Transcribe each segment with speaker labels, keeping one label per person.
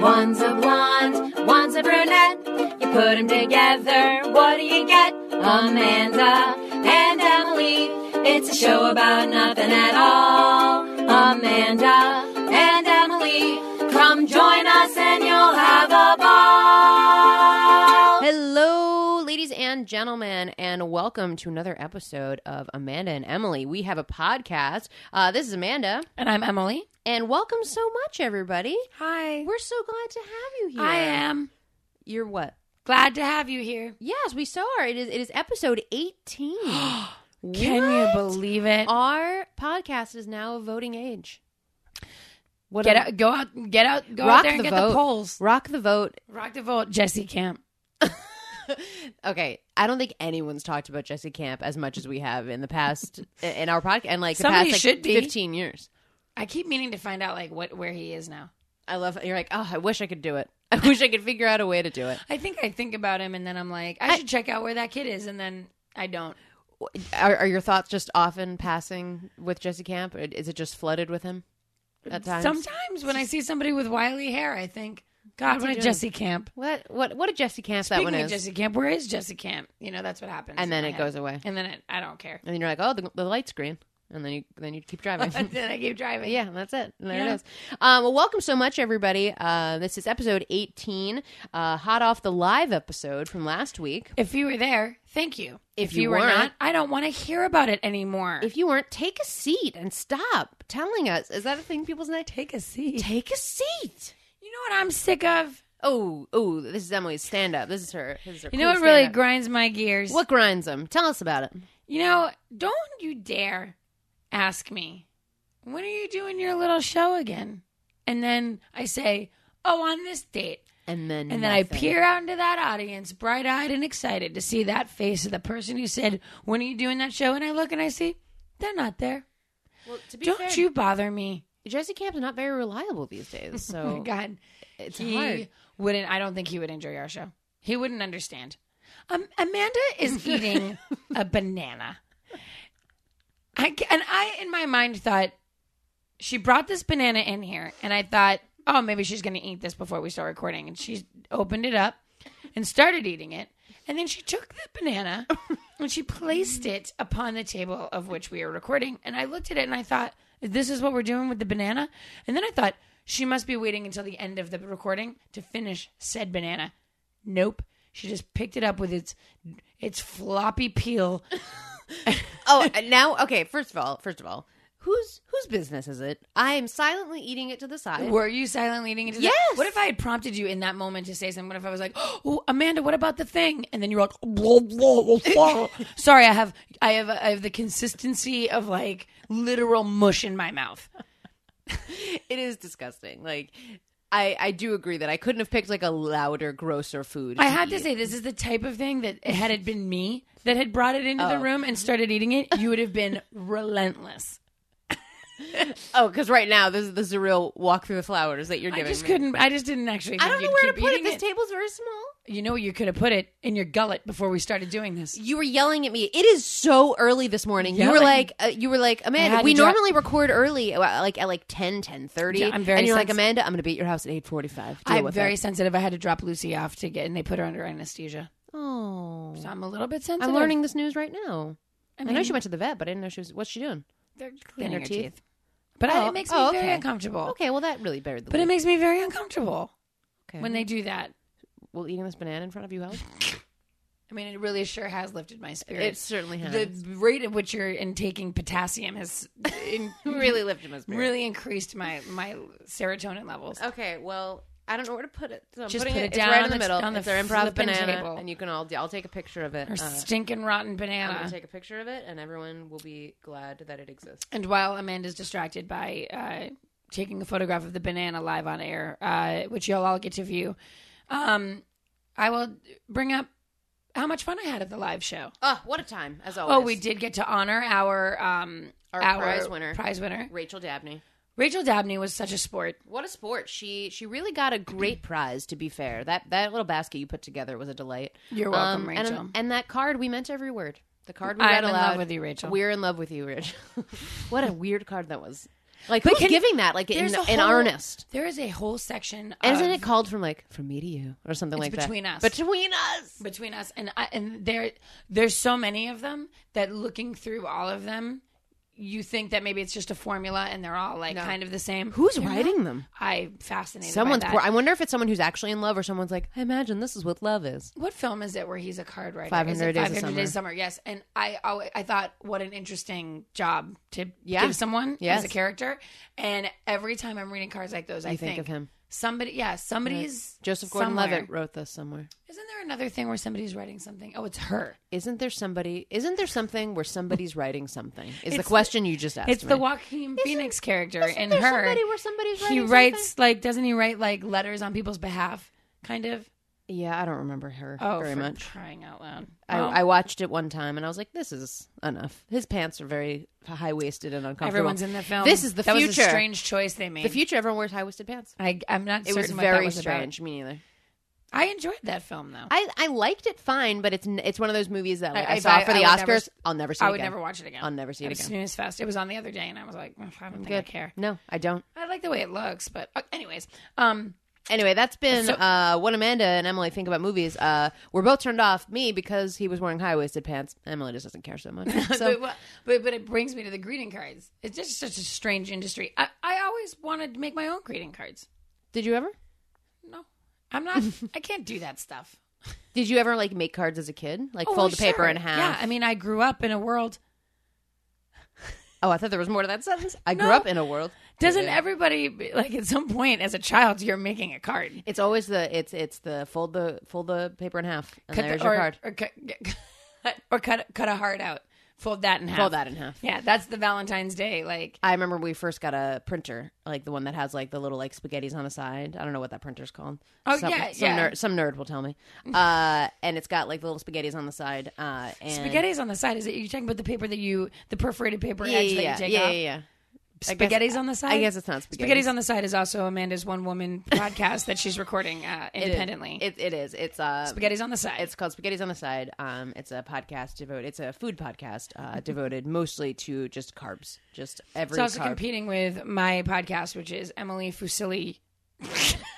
Speaker 1: One's a blonde, one's a brunette. You put 'em together, what do you get? Amanda and Emily. It's a show about nothing at all. Amanda and Emily, come join us and you'll have a ball.
Speaker 2: Hello, ladies and gentlemen, and welcome to another episode of Amanda and Emily. We have a podcast. Uh, this is Amanda,
Speaker 3: And I'm Emily.
Speaker 2: and welcome so much, everybody.
Speaker 3: Hi.
Speaker 2: We're so glad to have you here.
Speaker 3: I am
Speaker 2: You're what?
Speaker 3: glad to have you here.
Speaker 2: Yes, we saw her. It is. It is episode eighteen.
Speaker 3: Can you believe it?
Speaker 2: Our podcast is now of voting age. What
Speaker 3: Get
Speaker 2: a-
Speaker 3: out, go out, get out, go
Speaker 2: Rock
Speaker 3: out there and
Speaker 2: the
Speaker 3: get
Speaker 2: vote.
Speaker 3: the polls.
Speaker 2: Rock the vote.
Speaker 3: Rock the vote, Jesse Camp.
Speaker 2: Okay, I don't think anyone's talked about Jesse Camp as much as we have in the past in our podcast and like the
Speaker 3: Somebody
Speaker 2: past like,
Speaker 3: should be.
Speaker 2: fifteen years.
Speaker 3: I keep meaning to find out like what where he is now.
Speaker 2: I love you're like, oh, I wish I could do it. I wish I could figure out a way to do it.
Speaker 3: I think I think about him and then I'm like, I, should check out where that kid is, and then I don't.
Speaker 2: Are, are your thoughts just often passing with Jesse Camp? Or is it just flooded with him at times?
Speaker 3: Sometimes when I see somebody with wily hair, I think, God, what a
Speaker 2: doing?
Speaker 3: Jesse Camp.
Speaker 2: what what what a Jesse Camp that one
Speaker 3: Speaking
Speaker 2: is,
Speaker 3: of Jesse Camp, where is Jesse Camp? You know, that's what happens.
Speaker 2: and then
Speaker 3: in
Speaker 2: it
Speaker 3: my
Speaker 2: goes
Speaker 3: head.
Speaker 2: away,
Speaker 3: And then it, I don't care.
Speaker 2: and then you're like, oh, the, the light's green, and then you then you keep driving.
Speaker 3: and then I keep driving.
Speaker 2: Yeah, that's it. There it
Speaker 3: Yeah.
Speaker 2: is. Um, well, welcome so much, everybody. Uh, this is episode 18, uh, hot off the live episode from last week.
Speaker 3: If you were there, thank you.
Speaker 2: If
Speaker 3: If,
Speaker 2: you
Speaker 3: you, were
Speaker 2: weren't-
Speaker 3: not, I don't want to hear about it anymore.
Speaker 2: If you weren't, take a seat and stop telling us. Is that a thing people's neck?
Speaker 3: take a seat.
Speaker 2: Take a seat.
Speaker 3: You know what I'm sick of?
Speaker 2: Oh, oh, this is Emily's stand up. This is her. This is her
Speaker 3: You know
Speaker 2: cool
Speaker 3: what really
Speaker 2: stand-up.
Speaker 3: grinds my gears?
Speaker 2: what grinds them? Tell us about it.
Speaker 3: You know, don't you dare ask me, when are you doing your little show again? And then I say, oh, on this date.
Speaker 2: And then
Speaker 3: And then I
Speaker 2: nothing.
Speaker 3: peer out into that audience, bright eyed and excited to see that face of the person who said, when are you doing that show? And I look and I see, they're not there.
Speaker 2: Well, to be
Speaker 3: Don't
Speaker 2: fair,
Speaker 3: you bother me.
Speaker 2: Jesse Camp's not very reliable these
Speaker 3: Oh,
Speaker 2: days,
Speaker 3: my
Speaker 2: so
Speaker 3: God.
Speaker 2: it's
Speaker 3: he
Speaker 2: hard.
Speaker 3: wouldn't i don't think he would enjoy our show he wouldn't understand um, amanda is eating a banana I, ca- and i in my mind thought she brought this banana in here and i thought oh maybe she's going to eat this before we start recording and she opened it up and started eating it and then she took the banana and she placed it upon the table of which we are recording and i looked at it and i thought this is what we're doing with the banana and then i thought she must be waiting until the end of the recording to finish said banana nope she just picked it up with its its floppy peel
Speaker 2: oh, and now okay. First of all, first of all, whose whose business is it? I am silently eating it to the side.
Speaker 3: Were you silently eating into that?
Speaker 2: Yes.
Speaker 3: What if I had prompted you in that moment to say something? What if I was like, "Oh, Amanda, what about the thing?" And then you were like, blah, blah, blah, blah. "Sorry, I have, I have, I have the consistency of like literal mush in my mouth."
Speaker 2: It is disgusting. Like, I I do agree that I couldn't have picked like a louder, grosser food.
Speaker 3: I have to
Speaker 2: eat.
Speaker 3: say, this is the type of thing that had it been me that had brought it into the room and started eating it, you would have been relentless.
Speaker 2: oh, because right now this is this is a real walk through the flowers that you're
Speaker 3: I
Speaker 2: giving.
Speaker 3: just
Speaker 2: me.
Speaker 3: couldn't. I just didn't actually.
Speaker 2: I don't
Speaker 3: think
Speaker 2: know
Speaker 3: you'd
Speaker 2: where to
Speaker 3: keep
Speaker 2: put it.
Speaker 3: eating
Speaker 2: This table's very small.
Speaker 3: You know, you could have put it in your gullet before we started doing this.
Speaker 2: You were yelling at me. It is so early this morning. You were
Speaker 3: Yelling.
Speaker 2: like, uh, you were like,
Speaker 3: I
Speaker 2: Amanda.
Speaker 3: had
Speaker 2: We
Speaker 3: to dra-
Speaker 2: normally record early, uh, like at like 10, 10.30.
Speaker 3: Yeah, I'm very
Speaker 2: And you're like,
Speaker 3: sensitive.
Speaker 2: Amanda, I'm going to be at your house at eight forty five.
Speaker 3: I'm very sensitive. I had to drop Lucy off to get, and they put her under anesthesia.
Speaker 2: Oh,
Speaker 3: So I'm a little bit sensitive.
Speaker 2: I'm learning this news right now.
Speaker 3: I,
Speaker 2: I know
Speaker 3: mean,
Speaker 2: she went to the vet, but I didn't know she was. What's she doing?
Speaker 3: They're cleaning
Speaker 2: her
Speaker 3: her
Speaker 2: teeth.
Speaker 3: teeth. But I-
Speaker 2: Oh,
Speaker 3: it makes me
Speaker 2: oh, okay.
Speaker 3: very uncomfortable.
Speaker 2: Okay, well that really buried the.
Speaker 3: But it
Speaker 2: lead.
Speaker 3: makes me very uncomfortable
Speaker 2: okay.
Speaker 3: when they do that.
Speaker 2: well, eating this banana in front of you helps.
Speaker 3: I mean, it really sure has lifted my
Speaker 2: It
Speaker 3: spirits.
Speaker 2: certainly has.
Speaker 3: the rate at which you're intaking potassium has in,
Speaker 2: really lifted my spirit.
Speaker 3: really increased my my serotonin levels.
Speaker 2: Okay, well, I don't know where to put it. So I'm
Speaker 3: Just
Speaker 2: putting
Speaker 3: put
Speaker 2: it,
Speaker 3: it
Speaker 2: it's
Speaker 3: down
Speaker 2: right
Speaker 3: on
Speaker 2: in the
Speaker 3: the-
Speaker 2: middle.
Speaker 3: on the
Speaker 2: it's our improv
Speaker 3: flippin'
Speaker 2: banana,
Speaker 3: table.
Speaker 2: and you can all. I'll take a picture of it.
Speaker 3: Or uh.
Speaker 2: Uh,
Speaker 3: stinking rotten
Speaker 2: I'm gonna
Speaker 3: banana.
Speaker 2: take a picture of it, and everyone will be glad that it exists.
Speaker 3: and while Amanda's distracted by uh, taking a photograph of the banana live on air, uh, which you'll all get to view, um, I will bring up how much fun I had at the live show.
Speaker 2: Oh, what a time! As always.
Speaker 3: Oh, we did get to honor our um
Speaker 2: Our prize winner.
Speaker 3: Prize winner.
Speaker 2: Rachel Dabney.
Speaker 3: Rachel Dabney was such a sport.
Speaker 2: What a sport! She she really got a great prize. To be fair, that that little basket you put together was a delight.
Speaker 3: You're welcome,
Speaker 2: Um, and-
Speaker 3: Rachel.
Speaker 2: And, that card, we meant every word. The card we
Speaker 3: I'm
Speaker 2: read
Speaker 3: in
Speaker 2: aloud.
Speaker 3: love with you, Rachel.
Speaker 2: We're in love with you, Rich. what a weird card that was. Like
Speaker 3: But
Speaker 2: who's
Speaker 3: can-
Speaker 2: giving that? Like in,
Speaker 3: There's a
Speaker 2: in
Speaker 3: whole-
Speaker 2: earnest.
Speaker 3: There is a whole section.
Speaker 2: And isn't
Speaker 3: of-
Speaker 2: it called from like from me to you or something
Speaker 3: It's
Speaker 2: like that?
Speaker 3: between us.
Speaker 2: Between us.
Speaker 3: between us and I, and there there's so many of them that looking through all of them you think that maybe it's just a formula and they're all like kind of the same
Speaker 2: Who's
Speaker 3: They're not.
Speaker 2: writing them?
Speaker 3: i'm fascinated
Speaker 2: Someone's.
Speaker 3: by that.
Speaker 2: I wonder if it's someone who's actually in love or someone's like, I imagine this is what love is.
Speaker 3: what film is it where he's a card writer? Is it
Speaker 2: 500 Days of
Speaker 3: 500 Days of Summer. Yes, and I alwa- I thought what an interesting job to
Speaker 2: Yeah.
Speaker 3: give someone
Speaker 2: Yes.
Speaker 3: as a character. And every time I'm reading cards like those, I
Speaker 2: You think of him. Uh,
Speaker 3: Somebody, yeah, somebody's
Speaker 2: Joseph Gordon-Levitt
Speaker 3: somewhere.
Speaker 2: wrote this somewhere.
Speaker 3: Isn't there another thing where somebody's writing something? Oh, it's her.
Speaker 2: Isn't there somebody? Isn't there something where somebody's writing something? Is the
Speaker 3: It's-
Speaker 2: question you just asked?
Speaker 3: It's
Speaker 2: me.
Speaker 3: the Joaquin Phoenix character in
Speaker 2: there
Speaker 3: her.
Speaker 2: somebody where somebody's
Speaker 3: he
Speaker 2: writing
Speaker 3: writes like doesn't he write like letters on people's behalf? Kind of.
Speaker 2: Yeah, I don't remember her
Speaker 3: Oh,
Speaker 2: very
Speaker 3: for
Speaker 2: much.
Speaker 3: Crying out loud.
Speaker 2: I,
Speaker 3: Oh.
Speaker 2: I watched it one time and I was like, "This is enough." His pants are very high waisted and uncomfortable.
Speaker 3: Everyone's in the film.
Speaker 2: This is the
Speaker 3: that Was
Speaker 2: future.
Speaker 3: a strange choice they made.
Speaker 2: The future. Everyone wears high waisted pants.
Speaker 3: I, I'm not.
Speaker 2: It was
Speaker 3: certain what that
Speaker 2: very
Speaker 3: was about.
Speaker 2: strange. Me neither.
Speaker 3: I enjoyed that film though.
Speaker 2: I, I liked it fine, but it's n- it's one of those movies that like,
Speaker 3: I-
Speaker 2: I,
Speaker 3: if
Speaker 2: saw
Speaker 3: I-
Speaker 2: for
Speaker 3: I
Speaker 2: the
Speaker 3: would
Speaker 2: Oscars.
Speaker 3: never s-
Speaker 2: I'll never see.
Speaker 3: I
Speaker 2: it
Speaker 3: would
Speaker 2: again.
Speaker 3: never watch it again.
Speaker 2: I'll never see it
Speaker 3: I was
Speaker 2: again.
Speaker 3: Snooze fest. It was on the other day, and I was like, "Mm, I don't think I care.
Speaker 2: No, I don't.
Speaker 3: I like the way it looks, but uh, anyways, um,
Speaker 2: Anyway, that's been
Speaker 3: So-
Speaker 2: uh, what Amanda and Emily think about movies. Uh, we're both turned off. Me because he was wearing high waisted pants. Emily just doesn't care so much. So
Speaker 3: but, what- but but it brings me to the greeting cards. It's just such a strange industry. I, I always wanted to make my own greeting cards.
Speaker 2: did you ever?
Speaker 3: No, I'm not. I can't do that stuff.
Speaker 2: Did you ever like make cards as a kid? Like
Speaker 3: Oh,
Speaker 2: fold the
Speaker 3: sure.
Speaker 2: paper in half.
Speaker 3: Yeah, I mean, I grew up in a world.
Speaker 2: Oh, I thought there was more to that sentence. I grew
Speaker 3: No.
Speaker 2: up in a world.
Speaker 3: Doesn't
Speaker 2: Yeah.
Speaker 3: everybody be- like at some point as a child you're making a card?
Speaker 2: It's always the it's it's the fold the fold the paper in half and
Speaker 3: the-
Speaker 2: there's
Speaker 3: or,
Speaker 2: your card.
Speaker 3: or cut, or cut cut a heart out. Fold that in half.
Speaker 2: Fold that in half.
Speaker 3: Yeah, that's the Valentine's Day. Like,
Speaker 2: I remember we first got a printer, like the one that has like the little like spaghettis on the side. I don't know what that printer's called.
Speaker 3: Oh,
Speaker 2: some,
Speaker 3: yeah,
Speaker 2: some
Speaker 3: yeah.
Speaker 2: Nerd, some nerd will tell me. Uh, and it's got like the little spaghettis on the side. Uh, and
Speaker 3: spaghetti's on the side. Is it you talking about the paper that you, the perforated paper
Speaker 2: Yeah,
Speaker 3: edge that
Speaker 2: yeah,
Speaker 3: you
Speaker 2: yeah,
Speaker 3: take
Speaker 2: yeah,
Speaker 3: off?
Speaker 2: yeah, I guess-
Speaker 3: Spaghetti's on the side.
Speaker 2: I guess it's not spaghetti.
Speaker 3: Spaghetti's on the side is also Amanda's one woman podcast that she's recording uh, independently.
Speaker 2: It, it is. It's uh,
Speaker 3: Spaghetti's on the side.
Speaker 2: It's called Spaghetti's on the Side. Um, it's a podcast devoted. It's a food podcast
Speaker 3: Mm-hmm.
Speaker 2: uh, devoted mostly to just carbs, just every
Speaker 3: It's also
Speaker 2: carb.
Speaker 3: competing with my podcast, which is Emily Fusilli.
Speaker 2: Couldn't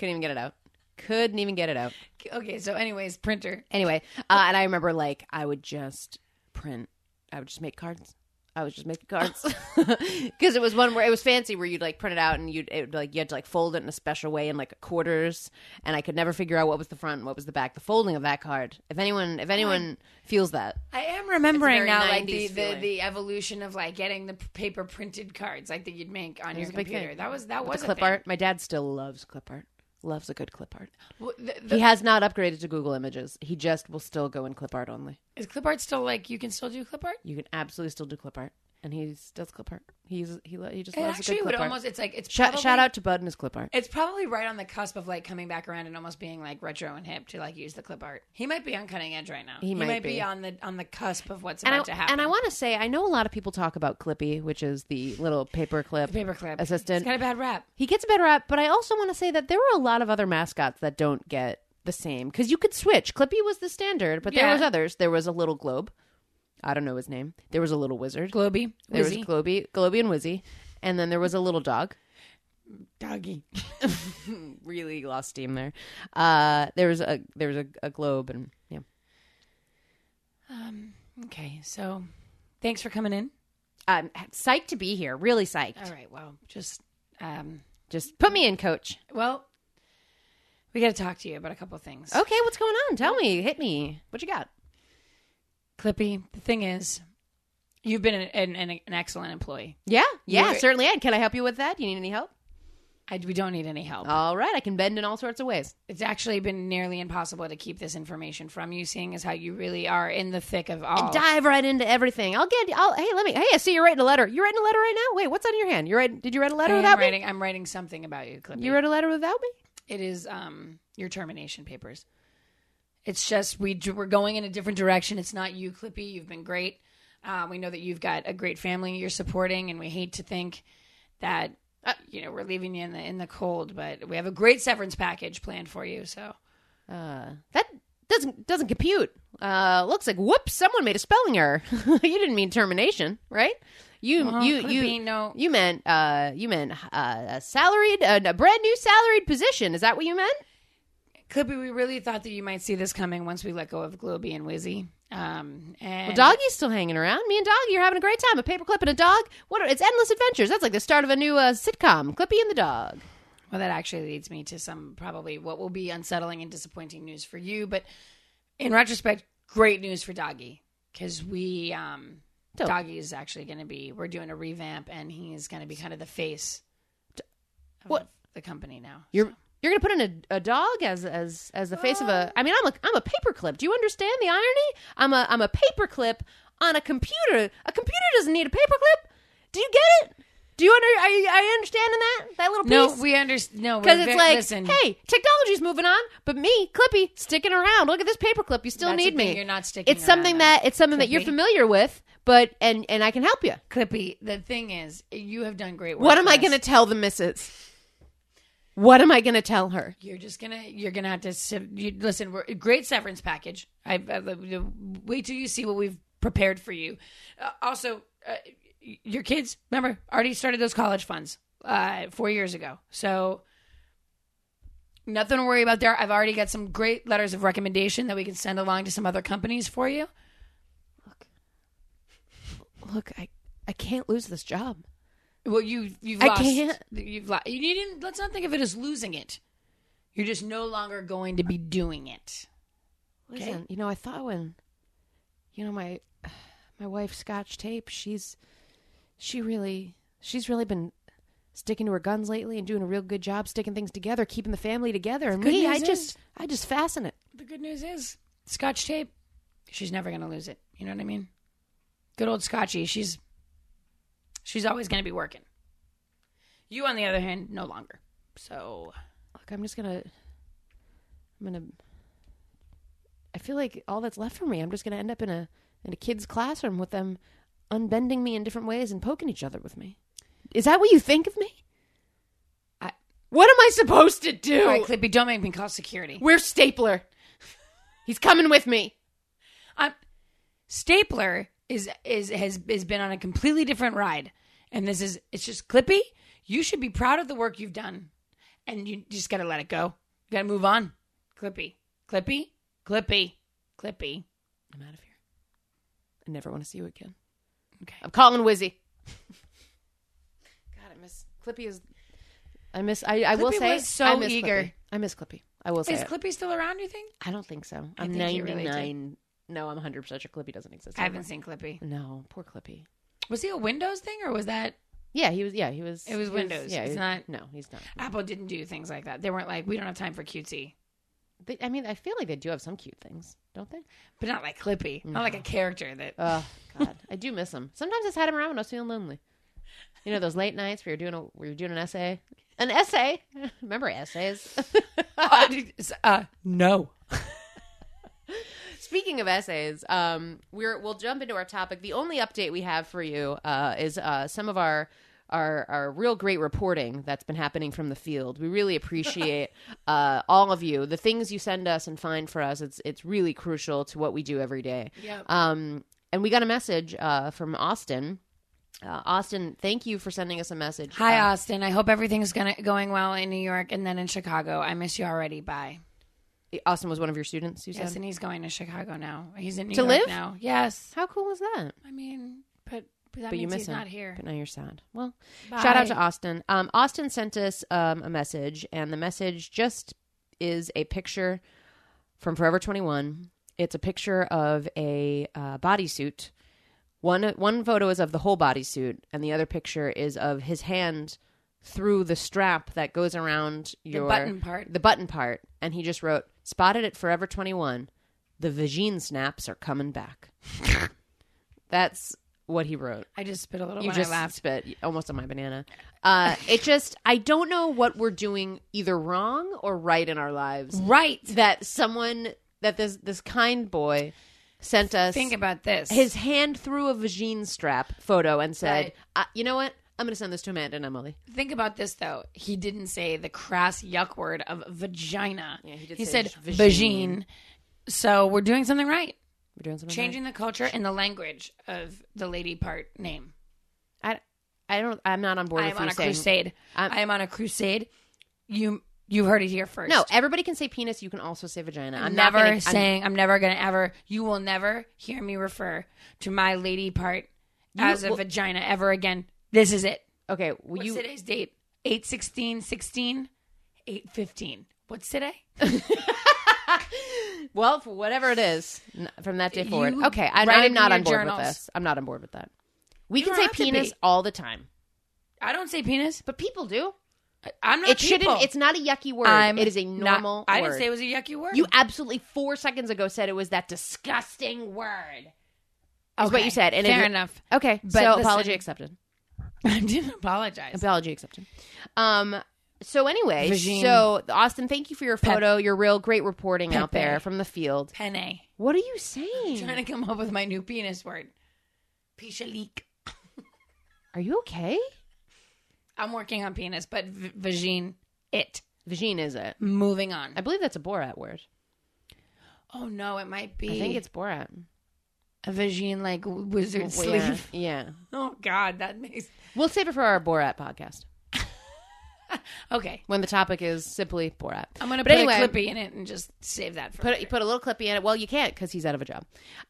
Speaker 2: even get it out. Couldn't even get it out.
Speaker 3: Okay, so anyways, printer.
Speaker 2: Anyway, uh, and I remember like I would just print. I would just make cards. I was just making cards because it was one where it was fancy where you'd like print it out and you'd it would, like you had to like fold it in a special way in like quarters and I could never figure out what was the front and what was the back the folding of that card if anyone if anyone feels that
Speaker 3: I am remembering
Speaker 2: very
Speaker 3: now, like the,
Speaker 2: 90s
Speaker 3: the,
Speaker 2: feeling.
Speaker 3: the evolution of like getting the p- paper printed cards, like that you'd make on your
Speaker 2: was a big thing.
Speaker 3: computer. That was that
Speaker 2: the
Speaker 3: was a
Speaker 2: clip
Speaker 3: thing.
Speaker 2: art my dad still loves clip art loves a good clip art
Speaker 3: Well, the- the-
Speaker 2: he has not upgraded to Google Images he just will still go in clip art only
Speaker 3: is clip art still like you can still do clip art?
Speaker 2: you can absolutely still do clip art and he does clip art he's he lo- he just
Speaker 3: It
Speaker 2: loves a
Speaker 3: actually
Speaker 2: good
Speaker 3: would
Speaker 2: clip art.
Speaker 3: almost. It's like it's
Speaker 2: Shout,
Speaker 3: probably-
Speaker 2: shout out to Bud and his clip art.
Speaker 3: It's probably right on the cusp of like coming back around and almost being like retro and hip to like use the clip art. He might be on cutting edge right now. He
Speaker 2: might
Speaker 3: be.
Speaker 2: be.
Speaker 3: on the on the cusp of what's
Speaker 2: And
Speaker 3: about to
Speaker 2: I,
Speaker 3: happen.
Speaker 2: and I want to say, I know a lot of people talk about Clippy, which is the little paper clip.
Speaker 3: paperclip
Speaker 2: assistant.
Speaker 3: It's got a bad rap.
Speaker 2: He gets a better rap, but I also want to say that there were a lot of other mascots that don't get the same because you could switch. Clippy was the standard, but there
Speaker 3: Yeah.
Speaker 2: was others. There was a little globe. I don't know his name. There was a little wizard.
Speaker 3: Globy,
Speaker 2: There
Speaker 3: Wizzy.
Speaker 2: was Globy, Globy and Wizzy, and then there was a little dog.
Speaker 3: doggy.
Speaker 2: Really lost steam there. Uh, there was a there was a, a globe, and yeah,
Speaker 3: Um, okay, so thanks for coming in.
Speaker 2: I'm Um, psyched to be here. Really psyched.
Speaker 3: All right, well, just um,
Speaker 2: Just put me in, coach.
Speaker 3: well, we got to talk to you about a couple of things.
Speaker 2: Okay, what's going on? Tell me, hit me. What you got?
Speaker 3: Clippy, the thing is, you've been an, an, an excellent employee.
Speaker 2: Yeah, yeah,
Speaker 3: You're-
Speaker 2: certainly. And can I help you with that? You need any help?
Speaker 3: I, we don't need any help.
Speaker 2: All right, I can bend in all sorts of ways.
Speaker 3: It's actually been nearly impossible to keep this information from you, seeing as how you really are in the thick of all.
Speaker 2: Dive right into everything. I'll get. I'll. Hey, let me. Hey, I see you're writing a letter. You're writing a letter right now. Wait, what's on your hand? You write? Did you write a
Speaker 3: I
Speaker 2: letter
Speaker 3: am
Speaker 2: without
Speaker 3: writing, I'm writing something about you, Clippy.
Speaker 2: me? You wrote a letter without me.
Speaker 3: it is um, your termination papers. It's just we d- we're going in a different direction. It's not you, Clippy. You've been great. Uh, we know that you've got a great family you're supporting, and we hate to think that
Speaker 2: Uh,
Speaker 3: you know we're leaving you in the in the cold. But we have a great severance package planned for you. So
Speaker 2: Uh, that doesn't doesn't compute. Uh, looks like whoops, someone made a spelling error. you didn't mean termination, right? You
Speaker 3: Well,
Speaker 2: you
Speaker 3: could
Speaker 2: you
Speaker 3: be no-
Speaker 2: you meant uh you meant uh, a salaried a, a brand new salaried position. Is that what you meant?
Speaker 3: Clippy, we really thought that you might see this coming once we let go of Globy and Wizzy. Um, and
Speaker 2: Well, Doggy's still hanging around. Me and Doggy are having a great time. A paperclip and a dog. What? Are, it's endless adventures. That's like the start of a new uh, sitcom. Clippy and the dog.
Speaker 3: Well, that actually leads me to some probably what will be unsettling and disappointing news for you, but in retrospect, great news for Doggy because we um,
Speaker 2: Dope.
Speaker 3: Doggy is actually going to be we're doing a revamp and he's going to be kind of the face of
Speaker 2: What?
Speaker 3: the company now.
Speaker 2: You're you're gonna put in a, a dog as as as the face of
Speaker 3: Oh.
Speaker 2: a. I mean, I'm a I'm a paperclip. Do you understand the irony? I'm a I'm a paperclip on a computer. A computer doesn't need a paperclip. Do you get it? Do you under are you, are you understanding that that little piece?
Speaker 3: No, we understand. No,
Speaker 2: because
Speaker 3: we're
Speaker 2: it's
Speaker 3: ve-
Speaker 2: like,
Speaker 3: listen,
Speaker 2: hey, technology's moving on, but me, Clippy, sticking around. Look at this paperclip. You still
Speaker 3: That's
Speaker 2: need
Speaker 3: the thing,
Speaker 2: me.
Speaker 3: you're not sticking
Speaker 2: It's something
Speaker 3: around,
Speaker 2: that it's something that you're
Speaker 3: Clippy.
Speaker 2: familiar with, but and and I can help you.
Speaker 3: Clippy. The thing is, you have done great work.
Speaker 2: What am
Speaker 3: for
Speaker 2: I
Speaker 3: us.
Speaker 2: going to tell the missus? What am I going to tell her?
Speaker 3: You're just gonna you're gonna have to se- you, listen. We're great severance package. I, I wait till you see what we've prepared for you. Uh, also, uh, y- your kids remember already started those college funds uh, four years ago, so nothing to worry about there. I've already got some great letters of recommendation that we can send along to some other companies for you.
Speaker 2: Look, I I can't lose this job.
Speaker 3: Well, you you've
Speaker 2: I
Speaker 3: lost.
Speaker 2: can't.
Speaker 3: You've lost. You didn't. Let's not think of it as losing it. You're just no longer going to be doing it.
Speaker 2: Listen, you know, I thought when, you know, my my wife Scotch Tape, she's she really she's really been sticking to her guns lately and doing a real good job sticking things together, keeping the family together. And
Speaker 3: good
Speaker 2: me, I
Speaker 3: news
Speaker 2: just I just fasten it.
Speaker 3: The good news is Scotch tape. She's never gonna lose it. You know what I mean? Good old Scotchy. She's she's always gonna be working. You, on the other hand, no longer. So
Speaker 2: Look, I'm just gonna I'm gonna I feel like all that's left for me, I'm just gonna end up in a in a kid's classroom with them unbending me in different ways and poking each other with me. Is that what you think of me?
Speaker 3: I-
Speaker 2: what am I supposed to do?
Speaker 3: all right, Clippy, don't make me call security.
Speaker 2: Where's Stapler? He's coming with me.
Speaker 3: I'm, Stapler is is has has been on a completely different ride, and this is it's just Clippy. You should be proud of the work you've done, and you just gotta let it go. You gotta move on, Clippy, Clippy, Clippy, Clippy.
Speaker 2: I'm out of here. I never want to see you again.
Speaker 3: Okay.
Speaker 2: I'm calling Wizzy. God, I miss Clippy is. I miss. I, I will
Speaker 3: Clippy
Speaker 2: say.
Speaker 3: was so
Speaker 2: I miss
Speaker 3: eager.
Speaker 2: Clippy. I miss Clippy. I will say.
Speaker 3: Is
Speaker 2: it.
Speaker 3: Clippy still around? You think?
Speaker 2: I don't think so.
Speaker 3: I
Speaker 2: I'm
Speaker 3: think he really
Speaker 2: 99.
Speaker 3: did.
Speaker 2: no, I'm 100 percent sure Clippy doesn't exist.
Speaker 3: I haven't seen Clippy.
Speaker 2: anymore. No, poor Clippy.
Speaker 3: Was he a Windows thing or was that
Speaker 2: Yeah, he was. Yeah, he was.
Speaker 3: It was
Speaker 2: he
Speaker 3: Windows.
Speaker 2: yeah,
Speaker 3: It's
Speaker 2: he-
Speaker 3: not-
Speaker 2: No, he's not.
Speaker 3: Apple didn't do things like that? They weren't like we don't have time for cutesy,
Speaker 2: They, I mean, I feel like they do have some cute things, don't they?
Speaker 3: but not like Clippy, not like a character that.
Speaker 2: Oh God, I do miss him. Sometimes I just had him around when I was feeling lonely. You know those late nights where you're doing a where you're doing an essay, an essay. Remember essays?
Speaker 3: Uh, dude, uh, no.
Speaker 2: Speaking of essays, um, we're we'll jump into our topic. The only update we have for you uh, is uh, some of our. Our, our real great reporting that's been happening from the field. We really appreciate uh, all of you. The things you send us and find for us, it's it's really crucial to what we do every day.
Speaker 3: Yeah.
Speaker 2: Um, and we got a message uh, from Austin. Uh, Austin, thank you for sending us a message.
Speaker 3: Hi
Speaker 2: Uh,
Speaker 3: Austin. I hope everything's gonna going well in New York and then in Chicago. I miss you already. Bye.
Speaker 2: Austin was one of your students. You
Speaker 3: Yes,
Speaker 2: said.
Speaker 3: and he's going to Chicago now. He's in New
Speaker 2: To
Speaker 3: York
Speaker 2: live?
Speaker 3: now. Yes.
Speaker 2: How cool is that?
Speaker 3: I mean, but but that
Speaker 2: But you
Speaker 3: means
Speaker 2: miss
Speaker 3: he's
Speaker 2: him.
Speaker 3: not here.
Speaker 2: But now you're sad. Well,
Speaker 3: Bye.
Speaker 2: shout out to Austin. Um, Austin sent us um, a message, and the message just is a picture from Forever 21. It's a picture of a uh, bodysuit. One one photo is of the whole bodysuit, and the other picture is of his hand through the strap that goes around your
Speaker 3: button part.
Speaker 2: The button part, and he just wrote, "Spotted at Forever 21. The Vagine snaps are coming back." That's what he wrote
Speaker 3: I just spit a little
Speaker 2: you
Speaker 3: when
Speaker 2: just
Speaker 3: I laughed.
Speaker 2: spit almost on my banana. Uh, it just I don't know what we're doing either wrong or right in our lives
Speaker 3: Right.
Speaker 2: that someone that this this kind boy sent us
Speaker 3: Think about this.
Speaker 2: his hand through a vagine strap photo and said,
Speaker 3: Right.
Speaker 2: uh, "You know what? I'm going to send this to Amanda and Emily."
Speaker 3: Think about this though. He didn't say the crass yuck word of vagina.
Speaker 2: Yeah, he did
Speaker 3: He
Speaker 2: say
Speaker 3: said
Speaker 2: vagine. Mm-hmm.
Speaker 3: vagine. So we're doing something right.
Speaker 2: We're doing something.
Speaker 3: Changing the culture and the language of the lady part name.
Speaker 2: right. I, I don't. I'm not on board
Speaker 3: I am
Speaker 2: with you
Speaker 3: on a
Speaker 2: saying.
Speaker 3: crusade.
Speaker 2: I'm-
Speaker 3: I am on a crusade. You you heard it here first.
Speaker 2: No, everybody can say penis. You can also say vagina. I'm
Speaker 3: I'm
Speaker 2: not
Speaker 3: never
Speaker 2: gonna- I'm-
Speaker 3: saying I'm, never gonna ever. You will never hear me refer to my lady part as a
Speaker 2: well-
Speaker 3: vagina ever again. This is it.
Speaker 2: okay, well,
Speaker 3: What's
Speaker 2: you.
Speaker 3: today's date? 8 16 16 8 15. What's today?
Speaker 2: Well, for whatever it is n- from that day forward.
Speaker 3: You
Speaker 2: Okay, I,
Speaker 3: write it
Speaker 2: I'm
Speaker 3: in
Speaker 2: not
Speaker 3: your
Speaker 2: on board with
Speaker 3: journals.
Speaker 2: this. I'm not on board with that. We
Speaker 3: You
Speaker 2: can
Speaker 3: don't
Speaker 2: say
Speaker 3: have to
Speaker 2: penis
Speaker 3: be.
Speaker 2: all the time,
Speaker 3: I don't say penis.
Speaker 2: but people do.
Speaker 3: I'm not
Speaker 2: it shouldn't.
Speaker 3: people.
Speaker 2: It's not a yucky word.
Speaker 3: I'm
Speaker 2: it is a
Speaker 3: not-
Speaker 2: normal.
Speaker 3: I
Speaker 2: word.
Speaker 3: didn't say it was a yucky word.
Speaker 2: You absolutely four seconds ago said it was that disgusting word. Is what
Speaker 3: Okay,
Speaker 2: you said. And
Speaker 3: fair
Speaker 2: if-
Speaker 3: enough.
Speaker 2: Okay,
Speaker 3: But
Speaker 2: so
Speaker 3: listen-
Speaker 2: apology accepted.
Speaker 3: I didn't apologize.
Speaker 2: Apology accepted. Um. So anyway,
Speaker 3: Vagine.
Speaker 2: so Austin, thank you for your photo. Your real great reporting out
Speaker 3: Pepe.
Speaker 2: there from the field.
Speaker 3: Penne.
Speaker 2: What are you
Speaker 3: Trying
Speaker 2: saying?
Speaker 3: to come up with my new penis word. Pichalik.
Speaker 2: Are you okay?
Speaker 3: I'm working on penis, but v- vagine. It.
Speaker 2: Vagine is it?
Speaker 3: Moving on.
Speaker 2: I believe that's a Borat word.
Speaker 3: Oh no, it might be.
Speaker 2: I think it's Borat.
Speaker 3: a vagine like w- wizard sleeve.
Speaker 2: Yeah. yeah.
Speaker 3: Oh God, that makes
Speaker 2: We'll save it for our Borat podcast
Speaker 3: okay.
Speaker 2: when the topic is simply Borat.
Speaker 3: I'm gonna
Speaker 2: But
Speaker 3: put
Speaker 2: anyway-
Speaker 3: a clippy in it and just save that for.
Speaker 2: Put you put a little clippy in it. Well, you can't because he's out of a job.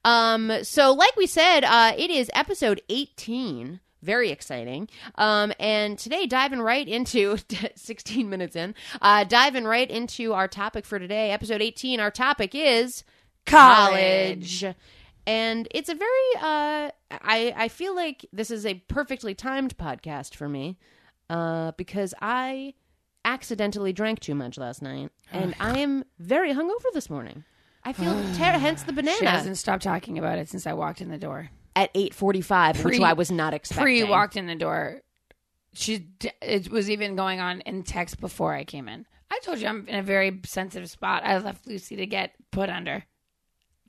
Speaker 2: Um, so like we said, uh, it is episode eighteen. Very exciting. Um, and today diving right into sixteen minutes in, uh, diving right into our topic for today, episode eighteen. Our topic is college. And it's a very uh, I I feel like this is a perfectly timed podcast for me, uh, because I accidentally drank too much last night, and I am very hungover this morning. I feel ter- hence the
Speaker 3: she
Speaker 2: banana
Speaker 3: hasn't stopped talking about it since I walked in the door.
Speaker 2: at eight forty five, which
Speaker 3: Pre-
Speaker 2: I was not expecting.
Speaker 3: Pre walked in the door. She d- it was even going on in text before I came in. I told you I'm in a very sensitive spot. I left Lucy to get put under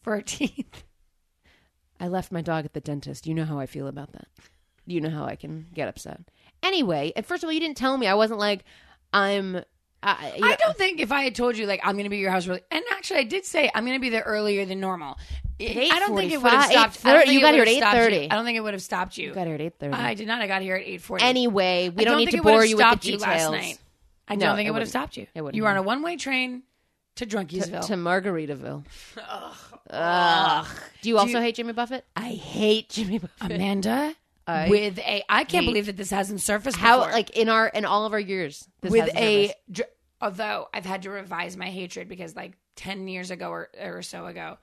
Speaker 3: for her teeth.
Speaker 2: I left my dog at the dentist. You know how I feel about that. You know how I can get upset. Anyway, and first of all, you didn't tell me. I wasn't like I'm. I, I,
Speaker 3: I don't think if I had told you like I'm going to be at your house really, and actually I did say I'm going to be there earlier than normal. I I don't think it would have
Speaker 2: 8:45,
Speaker 3: stopped. I don't
Speaker 2: 8:30.
Speaker 3: think
Speaker 2: You
Speaker 3: it
Speaker 2: got here
Speaker 3: would
Speaker 2: at
Speaker 3: have stopped
Speaker 2: 8:30.
Speaker 3: you. I don't think it would have stopped you.
Speaker 2: got here at eight thirty.
Speaker 3: I did not. I got here at eight forty.
Speaker 2: Anyway, we don't, need to
Speaker 3: it would've
Speaker 2: bore you with the
Speaker 3: stopped
Speaker 2: details.
Speaker 3: I
Speaker 2: No,
Speaker 3: don't think
Speaker 2: it
Speaker 3: it would have
Speaker 2: wouldn't.
Speaker 3: stopped you.
Speaker 2: It wouldn't
Speaker 3: You were on a
Speaker 2: have.
Speaker 3: one way train to Drunkiesville.
Speaker 2: to Margaritaville.
Speaker 3: Ugh.
Speaker 2: Do you also hate Jimmy Buffett? I hate Jimmy Buffett.
Speaker 3: Amanda
Speaker 2: I
Speaker 3: with a. I can't
Speaker 2: hate-
Speaker 3: believe that this hasn't surfaced.
Speaker 2: How
Speaker 3: before.
Speaker 2: like in our in all of our years this
Speaker 3: with
Speaker 2: hasn't
Speaker 3: a.
Speaker 2: surfaced.
Speaker 3: dr- Although I've had to revise my hatred because like ten years ago or, or so ago,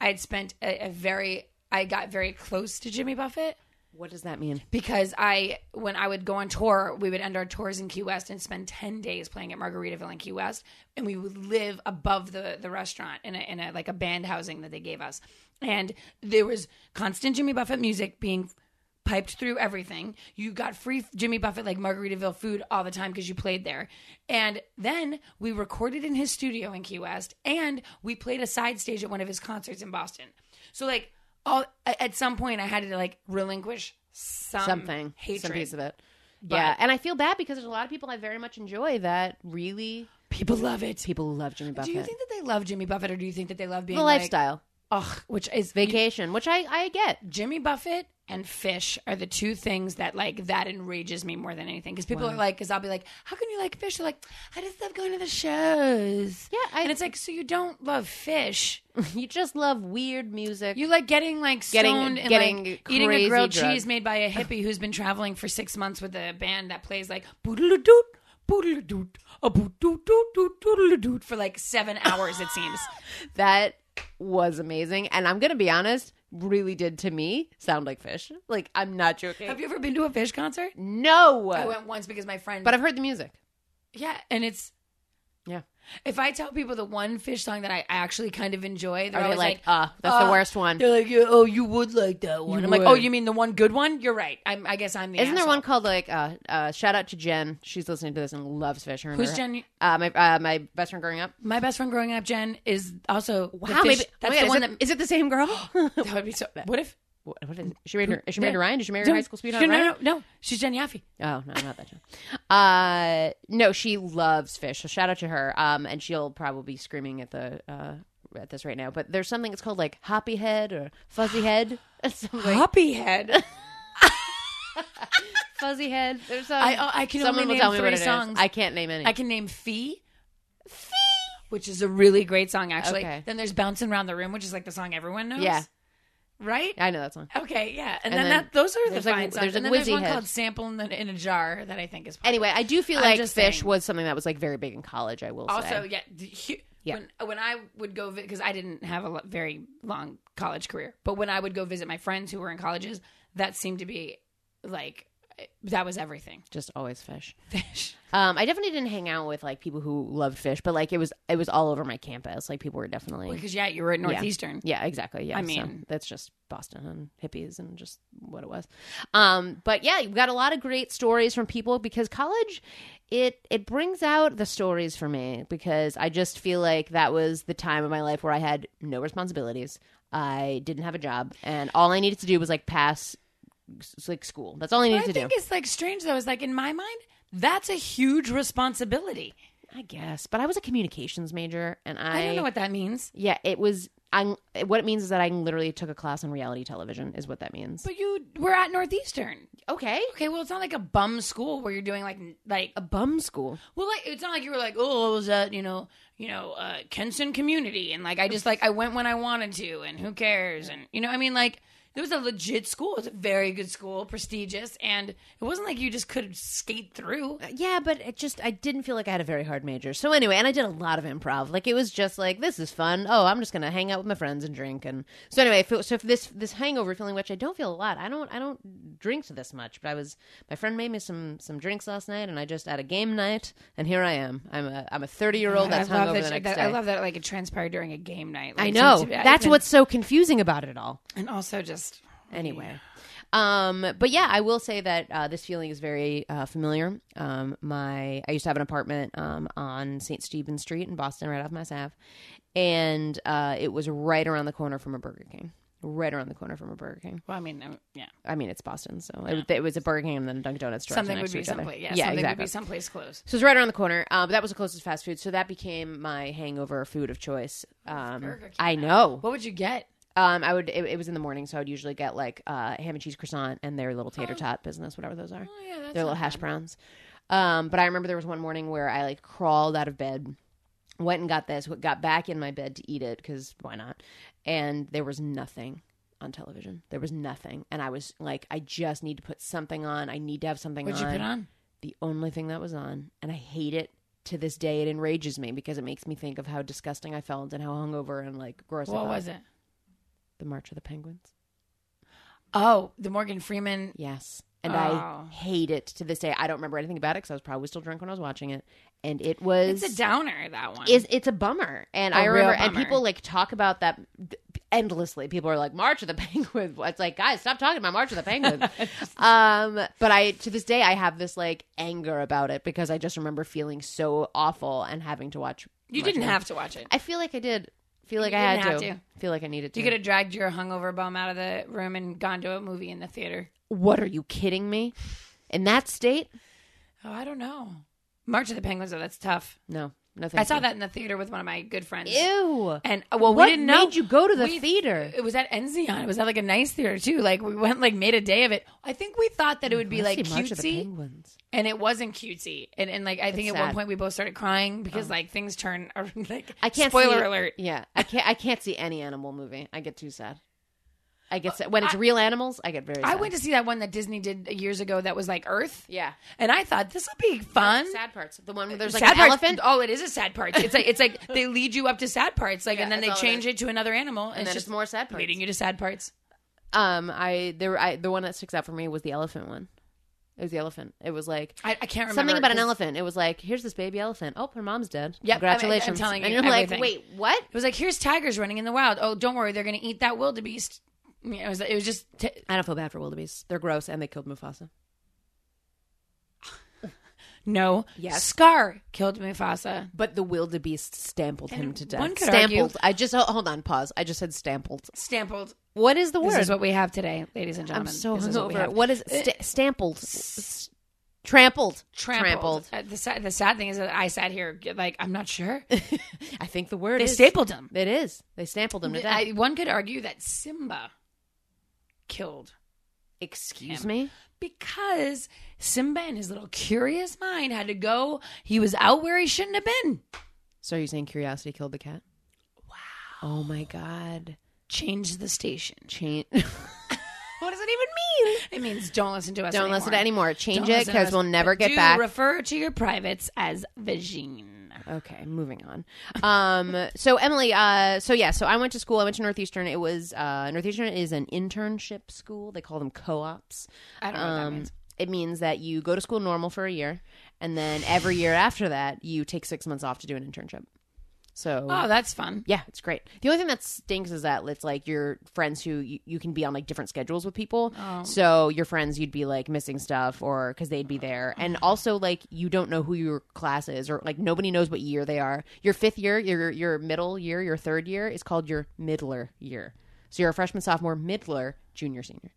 Speaker 3: I had spent a, a very. I got very close to Jimmy Buffett.
Speaker 2: what does that mean?
Speaker 3: because I when I would go on tour, we would end our tours in Key West and spend ten days playing at Margaritaville in Key West, and we would live above the the restaurant in a, in a like a band housing that they gave us, and there was constant Jimmy Buffett music being piped through everything. You got free Jimmy Buffett like Margaritaville food all the time because you played there. And then we recorded in his studio in Key West and we played a side stage at one of his concerts in Boston. So like all a- at some point I had to like relinquish some
Speaker 2: Something,
Speaker 3: hatred.
Speaker 2: some piece of it. yeah, and I feel bad because there's a lot of people I very much enjoy that really
Speaker 3: People love it.
Speaker 2: people love Jimmy Buffett.
Speaker 3: Do you think that they love Jimmy Buffett or do you think that they love being
Speaker 2: the
Speaker 3: like,
Speaker 2: lifestyle
Speaker 3: Ugh, which is
Speaker 2: vacation, which I I get.
Speaker 3: Jimmy Buffett and fish are the two things that like that enrages me more than anything because people are like because I'll be like how can you like fish they're like I just love going to the shows
Speaker 2: Yeah, I-
Speaker 3: and it's like so you don't love fish
Speaker 2: you just love weird music.
Speaker 3: you like getting like
Speaker 2: Getting-
Speaker 3: stoned and
Speaker 2: getting
Speaker 3: like eating a
Speaker 2: crazy
Speaker 3: grilled
Speaker 2: drunk.
Speaker 3: cheese made by a hippie who's been traveling for six months with a band that plays like boodle-a-doot boodle-a-doot a boot-doot-doot-doot doodle-a-doot for like seven hours it seems
Speaker 2: that was amazing, and I'm gonna be honest, really did to me sound like fish. Like I'm not joking.
Speaker 3: have you ever been to a fish concert
Speaker 2: no,
Speaker 3: I went once because my friend
Speaker 2: but I've heard the music.
Speaker 3: yeah and it's
Speaker 2: Yeah,
Speaker 3: If I tell people the one fish song that I actually kind of enjoy, they're
Speaker 2: Are they
Speaker 3: always
Speaker 2: like,
Speaker 3: like,
Speaker 2: uh, that's the
Speaker 3: uh,
Speaker 2: worst one.
Speaker 3: they're like, yeah, oh, you would like that one.
Speaker 2: You
Speaker 3: I'm like, oh,
Speaker 2: would.
Speaker 3: you mean the one good one? You're right. I'm, I guess I'm the.
Speaker 2: Isn't there
Speaker 3: asshole.
Speaker 2: one called like uh, uh, shout out to Jen? She's listening to this and loves fish. Her and
Speaker 3: Who's
Speaker 2: her-
Speaker 3: Jen?
Speaker 2: Uh, my uh, my best friend growing up.
Speaker 3: My best friend growing up, Jen, is also the
Speaker 2: Wow,
Speaker 3: fish-
Speaker 2: maybe-
Speaker 3: that's
Speaker 2: oh
Speaker 3: the
Speaker 2: my God,
Speaker 3: one
Speaker 2: is
Speaker 3: that,
Speaker 2: it- is it the same girl? what,
Speaker 3: that would be so. What if?
Speaker 2: what is, is she married? To, is she married to Ryan? Did she marry her
Speaker 3: No,
Speaker 2: high school
Speaker 3: No,
Speaker 2: sweetheart?
Speaker 3: no,
Speaker 2: Ryan?
Speaker 3: no, no. She's Jen Yaffe.
Speaker 2: Oh no, not that Jen. Uh, no, she loves fish. So shout out to her. Um, and she'll probably be screaming at the uh, at this right now, but there's something it's called like hoppy head or fuzzy head. Something like
Speaker 3: Hoppy head.
Speaker 2: fuzzy head. There's some,
Speaker 3: I, I can
Speaker 2: someone
Speaker 3: only
Speaker 2: will
Speaker 3: name
Speaker 2: tell me
Speaker 3: three
Speaker 2: what it is.
Speaker 3: songs.
Speaker 2: I can't name any.
Speaker 3: I can name Fee. Fee. Which is a really great song, actually.
Speaker 2: Okay.
Speaker 3: Then there's Bouncing Around the Room, which is like the song everyone knows.
Speaker 2: Yeah.
Speaker 3: Right?
Speaker 2: I know that song.
Speaker 3: Okay, yeah. And,
Speaker 2: And
Speaker 3: then,
Speaker 2: then
Speaker 3: that those are the
Speaker 2: there's like-
Speaker 3: fine songs.
Speaker 2: there's
Speaker 3: and then
Speaker 2: like
Speaker 3: there's
Speaker 2: Whizzy
Speaker 3: one
Speaker 2: Head.
Speaker 3: called Sample in, the, in a Jar that I think is probably-
Speaker 2: Anyway, I do feel
Speaker 3: I'm
Speaker 2: like
Speaker 3: just
Speaker 2: fish
Speaker 3: saying.
Speaker 2: was something that was like very big in college. I will
Speaker 3: Also,
Speaker 2: say.
Speaker 3: yeah, d- hu-
Speaker 2: Yeah.
Speaker 3: When, when I would go because I didn't have a lo- very long college career, but when I would go visit my friends who were in colleges, that seemed to be like that was everything.
Speaker 2: just always fish.
Speaker 3: Fish.
Speaker 2: Um, I definitely didn't hang out with like people who loved fish, but like it was it was all over my campus. Like people were definitely
Speaker 3: Because yeah, you were at Northeastern.
Speaker 2: Yeah, exactly. Yeah,
Speaker 3: I
Speaker 2: so
Speaker 3: mean-
Speaker 2: that's just Boston and hippies and just what it was. Um, but yeah, we got a lot of great stories from people because college, it it brings out the stories for me because I just feel like that was the time of my life where I had no responsibilities. I didn't have a job, and all I needed to do was like pass s- like school. That's all I
Speaker 3: But
Speaker 2: needed
Speaker 3: I
Speaker 2: to do.
Speaker 3: think it's like strange though. Is like in my mind, that's a huge responsibility.
Speaker 2: I guess, but I was a communications major, and I,
Speaker 3: I, don't know what that means.
Speaker 2: Yeah, it was. I what it means is that I literally took a class on reality television. Is what that means.
Speaker 3: But you were at Northeastern.
Speaker 2: okay,
Speaker 3: Okay, well, it's not like a bum school where you're doing like n- like
Speaker 2: a bum school.
Speaker 3: Well, like it's not like you were like, oh, I was at you know, you know, uh, Kenson Community, and like I just like I went when I wanted to, and who cares, and you know, I mean, like it was a legit school. It was a very good school, prestigious, and it wasn't like you just could skate through.
Speaker 2: Yeah, but it just I didn't feel like I had a very hard major. So anyway, and I did a lot of improv. Like it was just like this is fun. Oh, I'm just gonna hang out with my friends and drink. And so anyway, if it- so if this this hangover feeling, which I don't feel a lot. I don't I don't drink this much. But I was my friend made me some some drinks last night, and I just had a game night, and here I am. I'm a I'm a 30 year old that's
Speaker 3: I love
Speaker 2: hungover
Speaker 3: that,
Speaker 2: the next
Speaker 3: that-
Speaker 2: day.
Speaker 3: I love that like it transpired during a game night. Like,
Speaker 2: I
Speaker 3: it
Speaker 2: know
Speaker 3: seems to be-
Speaker 2: that's
Speaker 3: and-
Speaker 2: what's so confusing about it all.
Speaker 3: and also just
Speaker 2: anyway um but yeah i will say that uh, this feeling is very uh, familiar um my i used to have an apartment um on st stephen street in boston right off mass ave and uh it was right around the corner from a burger king right around the corner from a burger king
Speaker 3: Well, I mean, um, yeah,
Speaker 2: i mean it's boston so it, it was a burger king and then a dunkin' donuts store
Speaker 3: something would
Speaker 2: next to
Speaker 3: be
Speaker 2: each other.
Speaker 3: someplace. Yeah,
Speaker 2: yeah
Speaker 3: something
Speaker 2: exactly
Speaker 3: would be someplace close.
Speaker 2: so it's right around the corner. Uh, but that was the closest fast food, so that became my hangover food of choice. Um,
Speaker 3: Burger King.
Speaker 2: I know.
Speaker 3: What would you get?
Speaker 2: Um, I would. It, it was in the morning, so I would usually get like uh, ham and cheese croissant and their little tater tot business, whatever those are.
Speaker 3: Oh, yeah, Oh. that's
Speaker 2: their little hash browns. Um, but I remember there was one morning where I like crawled out of bed, went and got this, got back in my bed to eat it because why not? And there was nothing on television. There was nothing, and I was like, I just need to put something on. I need to have something.
Speaker 3: What'd you put on?
Speaker 2: The only thing that was on, and I hate it. To this day, it enrages me because it makes me think of how disgusting I felt and how hungover and like gross. I
Speaker 3: What
Speaker 2: felt.
Speaker 3: was it?
Speaker 2: The March of the Penguins.
Speaker 3: Oh, the Morgan Freeman.
Speaker 2: Yes. And
Speaker 3: Oh.
Speaker 2: I hate it to this day. I don't remember anything about it because I was probably still drunk when I was watching it. And it was
Speaker 3: It's a downer. That one
Speaker 2: is it's a bummer. And
Speaker 3: A
Speaker 2: I
Speaker 3: real
Speaker 2: remember and
Speaker 3: bummer.
Speaker 2: people like talk about that endlessly. People are like March of the Penguins. It's like guys, stop talking about March of the Penguins. um, but I to this day I have this like anger about it because I just remember feeling so awful and having to watch.
Speaker 3: You
Speaker 2: March
Speaker 3: didn't
Speaker 2: of the-
Speaker 3: have to watch it.
Speaker 2: I feel like I did. Feel like
Speaker 3: You
Speaker 2: I had
Speaker 3: didn't
Speaker 2: to.
Speaker 3: have
Speaker 2: Feel like I needed to.
Speaker 3: You could have dragged your hungover bum out of the room and gone to a movie in the theater.
Speaker 2: what are you kidding me? In that state?
Speaker 3: Oh, I don't know. March of the Penguins, though, that's tough.
Speaker 2: No, no.
Speaker 3: I
Speaker 2: thank
Speaker 3: saw
Speaker 2: you.
Speaker 3: that in the theater with one of my good friends.
Speaker 2: Ew.
Speaker 3: And uh, well,
Speaker 2: What
Speaker 3: we didn't know.
Speaker 2: made you go to the
Speaker 3: We-
Speaker 2: theater?
Speaker 3: It was at Enzion. It was at like a nice theater too. Like we went, like made a day of it. I think we thought that it would be like cutesy,
Speaker 2: Penguins.
Speaker 3: and it wasn't cutesy. And and like I think
Speaker 2: It's
Speaker 3: at one
Speaker 2: sad. Oh.
Speaker 3: point we both started crying because like things turn like
Speaker 2: I can't.
Speaker 3: Spoiler
Speaker 2: see-
Speaker 3: alert.
Speaker 2: Yeah, I can't. I can't see any animal movie. I get too sad. I get sad. when it's real animals. I get very.
Speaker 3: Uh, I
Speaker 2: sad.
Speaker 3: went to see that one that Disney did years ago that was like Earth.
Speaker 2: Yeah.
Speaker 3: And I thought this will be fun.
Speaker 2: Sad parts. The one where there's like
Speaker 3: sad
Speaker 2: an
Speaker 3: parts-
Speaker 2: elephant.
Speaker 3: Oh, it is a sad part. It's like it's like they lead you up to sad parts, like,
Speaker 2: Yeah,
Speaker 3: and then they
Speaker 2: that's all it
Speaker 3: change it to another animal, and,
Speaker 2: And
Speaker 3: it's
Speaker 2: then
Speaker 3: just
Speaker 2: it's more sad parts.
Speaker 3: leading you to sad parts.
Speaker 2: Um, I there I the one that sticks out for me was the elephant one. It was the elephant. It was like
Speaker 3: I, I can't remember
Speaker 2: something about an
Speaker 3: 'cause
Speaker 2: elephant. It was like here's this baby elephant. Oh, her mom's dead.
Speaker 3: Yep, I'm- I'm
Speaker 2: congratulations.
Speaker 3: telling
Speaker 2: and
Speaker 3: you
Speaker 2: you're like,
Speaker 3: everything.
Speaker 2: wait, what?
Speaker 3: It was like here's tigers running in the wild. Oh, don't worry, they're gonna eat that wildebeest. You know, it was it was just t-
Speaker 2: I don't feel bad for wildebeests. They're gross and they killed Mufasa.
Speaker 3: no.
Speaker 2: Yes.
Speaker 3: Scar killed Mufasa.
Speaker 2: But the wildebeest stampled him to death.
Speaker 3: one could
Speaker 2: stampled.
Speaker 3: argue-
Speaker 2: I just oh, hold on, pause. I just said stampled.
Speaker 3: Stampled.
Speaker 2: What is the
Speaker 3: This
Speaker 2: word?
Speaker 3: is what we have today, ladies and
Speaker 2: I'm
Speaker 3: gentlemen.
Speaker 2: so
Speaker 3: This is what we
Speaker 2: hungover.
Speaker 3: have.
Speaker 2: What is sta- stampled? S- Trampled.
Speaker 3: Trampled. Uh, the, sad, the sad thing is that I sat here like I'm not sure.
Speaker 2: I think the word
Speaker 3: They
Speaker 2: is.
Speaker 3: stapled him.
Speaker 2: it is. They stapled him to death.
Speaker 3: I, one could argue that Simba killed
Speaker 2: Excuse me?
Speaker 3: because Simba in his little curious mind had to go. He was out where he shouldn't have been.
Speaker 2: So are you saying curiosity killed the cat? Wow. Oh my God.
Speaker 3: Change the station.
Speaker 2: Change. what does it even mean?
Speaker 3: It means don't listen to us.
Speaker 2: Don't
Speaker 3: anymore.
Speaker 2: listen to it anymore. Change
Speaker 3: Don't
Speaker 2: it
Speaker 3: listen to
Speaker 2: because
Speaker 3: us,
Speaker 2: we'll never
Speaker 3: but
Speaker 2: get
Speaker 3: do
Speaker 2: back.
Speaker 3: Refer to your privates as vagine.
Speaker 2: Okay, moving on. Um, so Emily, uh, so yeah, so I went to school. I went to Northeastern. It was uh, Northeastern is an internship school. They call them co-ops. Um,
Speaker 3: I don't know what that means.
Speaker 2: It means that you go to school normal for a year, and then every year after that, you take six months off to do an internship. So
Speaker 3: Oh, that's fun.
Speaker 2: Mm-hmm. yeah, it's great. The only thing that stinks is that it's like your friends who you, you can be on like different schedules with people. So your friends, you'd be like missing stuff or because they'd be there. And also like you don't know who your class is or like nobody knows what year they are. Your fifth year, your your middle year, your third year is called your middler year. So you're a freshman, sophomore, middler, junior, senior.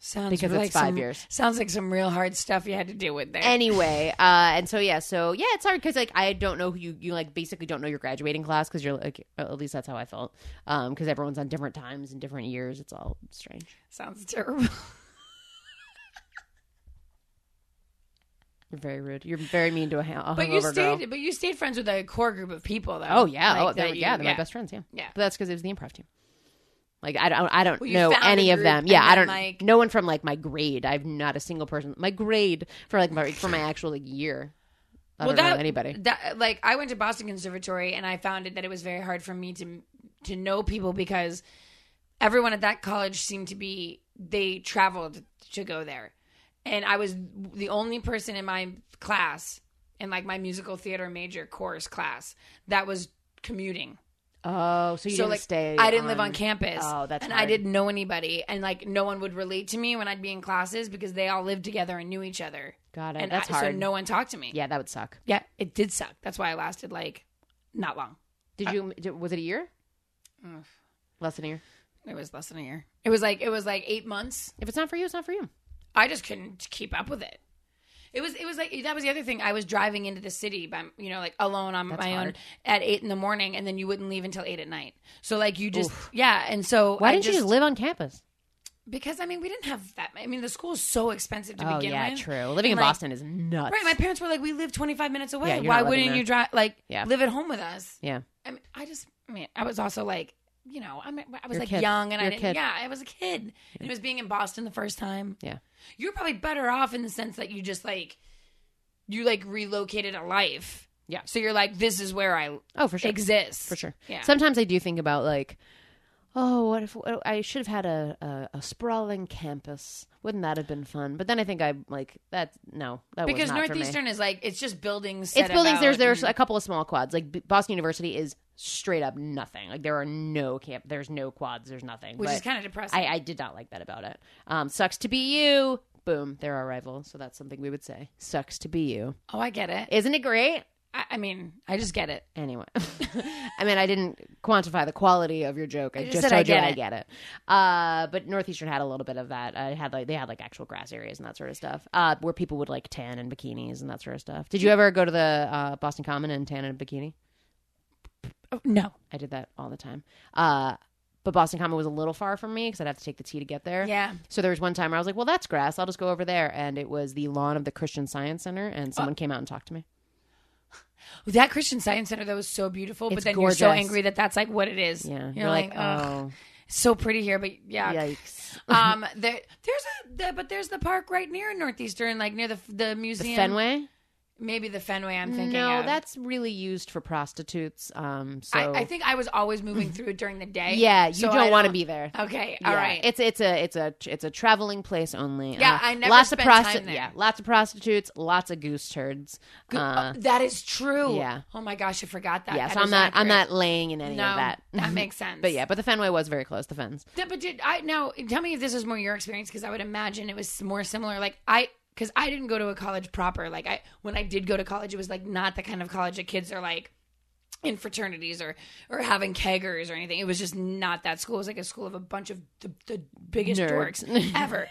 Speaker 3: Sounds
Speaker 2: Because it's
Speaker 3: like
Speaker 2: five
Speaker 3: some-
Speaker 2: years.
Speaker 3: Sounds like some real hard stuff you had to deal with there.
Speaker 2: anyway uh and so yeah so yeah it's hard because like i don't know who you you like basically don't know your graduating class because you're like at least that's how i felt um because everyone's on different times and different years it's all strange
Speaker 3: sounds terrible.
Speaker 2: you're very rude you're very mean to a, ha- a
Speaker 3: But
Speaker 2: hungover
Speaker 3: you stayed.
Speaker 2: girl
Speaker 3: But you stayed friends with a core group of people, though.
Speaker 2: oh yeah
Speaker 3: Like,
Speaker 2: oh they're,
Speaker 3: that you-
Speaker 2: yeah they're my best friends yeah
Speaker 3: Yeah.
Speaker 2: but that's because it was the improv team like I don't, I don't
Speaker 3: Well, you
Speaker 2: know
Speaker 3: found a
Speaker 2: any of
Speaker 3: group
Speaker 2: them.
Speaker 3: and
Speaker 2: Yeah, I
Speaker 3: then,
Speaker 2: don't.
Speaker 3: like-
Speaker 2: no one from like my grade. I've not a single person. My grade for like my for my actual like year. I don't know anybody.
Speaker 3: That, like I went to Boston Conservatory and I found it that it was very hard for me to to know people because everyone at that college seemed to be they traveled to go there, and I was the only person in my class in like my musical theater major course class that was commuting.
Speaker 2: Oh, so you
Speaker 3: so
Speaker 2: didn't
Speaker 3: like
Speaker 2: stay.
Speaker 3: I didn't live on campus.
Speaker 2: Oh, that's
Speaker 3: and I
Speaker 2: hard.
Speaker 3: didn't know anybody, and like no one would relate to me when I'd be in classes because they all lived together and knew each other.
Speaker 2: Got it.
Speaker 3: And
Speaker 2: that's
Speaker 3: I,
Speaker 2: hard.
Speaker 3: So no one talked to me.
Speaker 2: Yeah, that would suck.
Speaker 3: Yeah, it did suck. That's why I lasted like not long.
Speaker 2: Did you? did- was it a year?
Speaker 3: Ugh.
Speaker 2: Less than a year.
Speaker 3: It was less than a year. It was like it was like eight months.
Speaker 2: If it's not for you, it's not for you.
Speaker 3: I just couldn't keep up with it. It was it was like that was the other thing. I was driving into the city by you know like alone on
Speaker 2: That's
Speaker 3: my own
Speaker 2: hard.
Speaker 3: at eight in the morning, and then you wouldn't leave until eight at night. So like you just yeah, and so
Speaker 2: Why
Speaker 3: I
Speaker 2: didn't you just live on campus?
Speaker 3: Because I mean we didn't have that. I mean the school is so expensive to begin with.
Speaker 2: Oh, Living in
Speaker 3: like-
Speaker 2: Boston is nuts.
Speaker 3: Right, my parents were like, "We live 25 minutes
Speaker 2: Yeah,
Speaker 3: away.
Speaker 2: you're
Speaker 3: Why
Speaker 2: not living
Speaker 3: wouldn't
Speaker 2: there.
Speaker 3: you drive? Like,
Speaker 2: Yeah.
Speaker 3: live at home with us?"
Speaker 2: yeah,
Speaker 3: I mean, I just, I mean, I was also like, you know, I mean, I was
Speaker 2: You're a
Speaker 3: like
Speaker 2: kid.
Speaker 3: young and I
Speaker 2: You're a
Speaker 3: didn't,
Speaker 2: kid.
Speaker 3: yeah, I was a kid. And it was being in Boston the first time.
Speaker 2: yeah.
Speaker 3: You're probably better off in the sense that you just like, you like relocated a life.
Speaker 2: Yeah.
Speaker 3: So you're like, this is where I
Speaker 2: Oh, for sure.
Speaker 3: exist.
Speaker 2: for sure.
Speaker 3: Yeah.
Speaker 2: Sometimes I do think about like, oh, what if what, I should have had a, a a sprawling campus? Wouldn't that have been fun? But then I think I like that. No, that was
Speaker 3: because
Speaker 2: not for me.
Speaker 3: Northeastern is like, it's just buildings. set
Speaker 2: It's buildings.
Speaker 3: about
Speaker 2: There's there's
Speaker 3: and-
Speaker 2: a couple of small quads. Like B- Boston University is straight up nothing. Like there are no camp. There's no quads. There's nothing.
Speaker 3: which is
Speaker 2: But-
Speaker 3: kind of depressing.
Speaker 2: I, I did not like that about it. Um, sucks to be you. Boom, they're our rival. So that's something we would say. Sucks to be you.
Speaker 3: oh, I get it.
Speaker 2: Isn't it great?
Speaker 3: I, I mean, I just get it.
Speaker 2: Anyway, I mean, I didn't quantify the quality of your joke. I,
Speaker 3: just
Speaker 2: just,
Speaker 3: said
Speaker 2: told
Speaker 3: I
Speaker 2: you
Speaker 3: get
Speaker 2: I
Speaker 3: it.
Speaker 2: get it. Uh, but Northeastern had a little bit of that. I had like they had like actual grass areas and that sort of stuff, uh, where people would like tan in bikinis and that sort of stuff. Did you ever go to the uh, Boston Common and tan in a bikini?
Speaker 3: Oh, no.
Speaker 2: I did that all the time. Uh, but Boston Common was a little far from me because I'd have to take the T to get there.
Speaker 3: Yeah.
Speaker 2: So there was one time where I was like, well, that's grass. I'll just go over there. And it was the lawn of the Christian Science Center.
Speaker 3: Oh.
Speaker 2: And someone came out and talked to me.
Speaker 3: That Christian Science Center, that was so beautiful, but
Speaker 2: It's
Speaker 3: then
Speaker 2: gorgeous.
Speaker 3: you're so angry that that's like what it is.
Speaker 2: Yeah.
Speaker 3: You're, like, oh. so pretty here, but yeah.
Speaker 2: yikes.
Speaker 3: um, there, there's a, the, but there's the park right near Northeastern, like near the the museum,
Speaker 2: Fenway?
Speaker 3: maybe the Fenway. I'm thinking.
Speaker 2: no,
Speaker 3: of.
Speaker 2: that's really used for prostitutes. Um, so
Speaker 3: I, I think I was always moving through it during the day.
Speaker 2: yeah, you
Speaker 3: so I
Speaker 2: don't want to be there.
Speaker 3: Okay, all
Speaker 2: Yeah.
Speaker 3: right.
Speaker 2: It's it's a it's a it's a traveling place only. Uh,
Speaker 3: Yeah, I never
Speaker 2: lots
Speaker 3: spent
Speaker 2: of prosti-
Speaker 3: time there.
Speaker 2: Yeah, lots of prostitutes, lots of goose turds.
Speaker 3: Go-
Speaker 2: Uh,
Speaker 3: oh, that is true.
Speaker 2: yeah.
Speaker 3: Oh my gosh, I forgot that.
Speaker 2: yeah,
Speaker 3: That
Speaker 2: so I'm
Speaker 3: is
Speaker 2: not I'm
Speaker 3: accurate.
Speaker 2: not laying in any
Speaker 3: No,
Speaker 2: of that.
Speaker 3: that makes sense.
Speaker 2: but yeah, but the Fenway was very close. The fens.
Speaker 3: Th- But did I now tell me if this is more your experience? Because I would imagine it was more similar. Like I, because I didn't go to a college proper. Like I, when I did go to college, it was like not the kind of college that kids are like, in fraternities or or having keggers or anything. It was just not that school. It was like a school of a bunch of the, the biggest
Speaker 2: Nerds.
Speaker 3: dorks ever.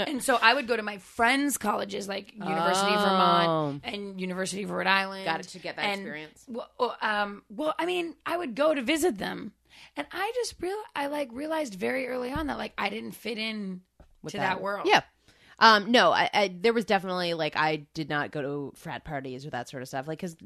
Speaker 3: and so I would go to my friends' colleges, like University of Vermont and University of Rhode Island.
Speaker 2: Got to get that
Speaker 3: And-
Speaker 2: experience.
Speaker 3: Well, well, um, well, I mean, I would go to visit them, and I just real I like realized very early on that like I didn't fit in
Speaker 2: with
Speaker 3: to that. world.
Speaker 2: Yeah. Um, no, I, I there was definitely like I did not go to frat parties or that sort of stuff. Like, because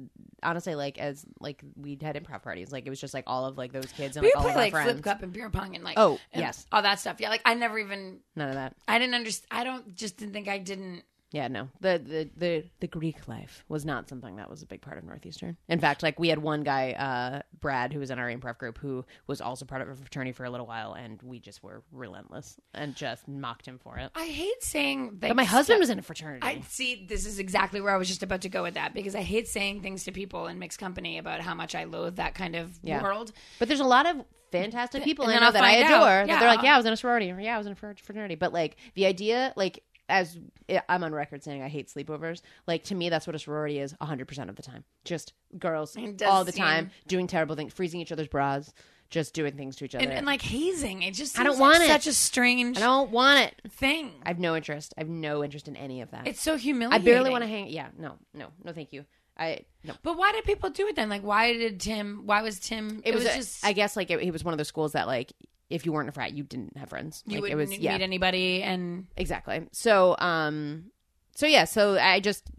Speaker 2: honestly, like as like we had improv parties, like it was just like all of like those kids and
Speaker 3: We
Speaker 2: like
Speaker 3: would play
Speaker 2: all of our
Speaker 3: like
Speaker 2: friends.
Speaker 3: flip cup and beer pong and like
Speaker 2: Oh,
Speaker 3: and
Speaker 2: yes.
Speaker 3: all that stuff. Yeah, like I never even
Speaker 2: None of that.
Speaker 3: I didn't understand. I don't just didn't think I didn't.
Speaker 2: Yeah, no. The, the the the Greek life was not something that was a big part of Northeastern. In fact, like we had one guy, uh, Brad, who was in our improv group, who was also part of a fraternity for a little while, and we just were relentless and just mocked him for it.
Speaker 3: I hate saying.
Speaker 2: But my husband was in a fraternity.
Speaker 3: I see. This is exactly where I was just about to go with that because I hate saying things to people in mixed company about how much I loathe that kind of
Speaker 2: Yeah.
Speaker 3: world.
Speaker 2: But there's a lot of fantastic people
Speaker 3: and
Speaker 2: in
Speaker 3: then
Speaker 2: there
Speaker 3: I'll
Speaker 2: that I
Speaker 3: find
Speaker 2: adore.
Speaker 3: out.
Speaker 2: That they're like,
Speaker 3: Yeah.
Speaker 2: yeah, I was in a sorority, or yeah, I was in a fr- fraternity. But like the idea, like as I- I'm on record saying, I hate sleepovers. Like to me, that's what a sorority is, 100 percent of the time. Just girls
Speaker 3: It does
Speaker 2: all the
Speaker 3: seem-
Speaker 2: time doing terrible things, freezing each other's bras, just doing things to each other.
Speaker 3: And, and like hazing, it just
Speaker 2: I don't
Speaker 3: seems like
Speaker 2: want it.
Speaker 3: Such a strange
Speaker 2: I don't want it.
Speaker 3: thing.
Speaker 2: I have no interest. I have no interest in any of that.
Speaker 3: It's so
Speaker 2: I
Speaker 3: humiliating.
Speaker 2: barely want to hang. Yeah, no, no, no, thank you. I no.
Speaker 3: But why did people do it then? Like, why did Tim? Why was Tim?
Speaker 2: It, was, a-
Speaker 3: just
Speaker 2: I guess like it, it was one of those schools that like if you weren't a frat, you didn't have friends.
Speaker 3: you
Speaker 2: like,
Speaker 3: wouldn't
Speaker 2: it was
Speaker 3: meet
Speaker 2: yeah.
Speaker 3: anybody, and
Speaker 2: exactly so um so yeah so i just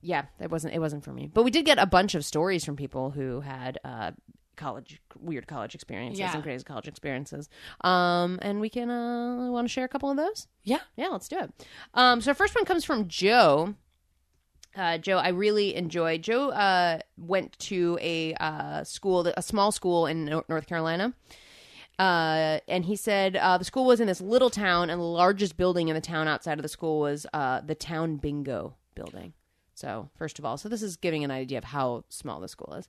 Speaker 2: yeah it wasn't it wasn't for me but we did get a bunch of stories from people who had uh college weird college experiences
Speaker 3: Yeah.
Speaker 2: and crazy college experiences um and we can uh want to share a couple of those
Speaker 3: yeah,
Speaker 2: yeah, let's do it. Um, so our first one comes from Joe. Uh, Joe, I really enjoy. Joe uh, went to a uh, school, a small school in Nor- North Carolina. Uh, and he said uh, the school was in this little town, and the largest building in the town outside of the school was uh, the town bingo building. So, first of all, so this is giving an idea of how small the school is.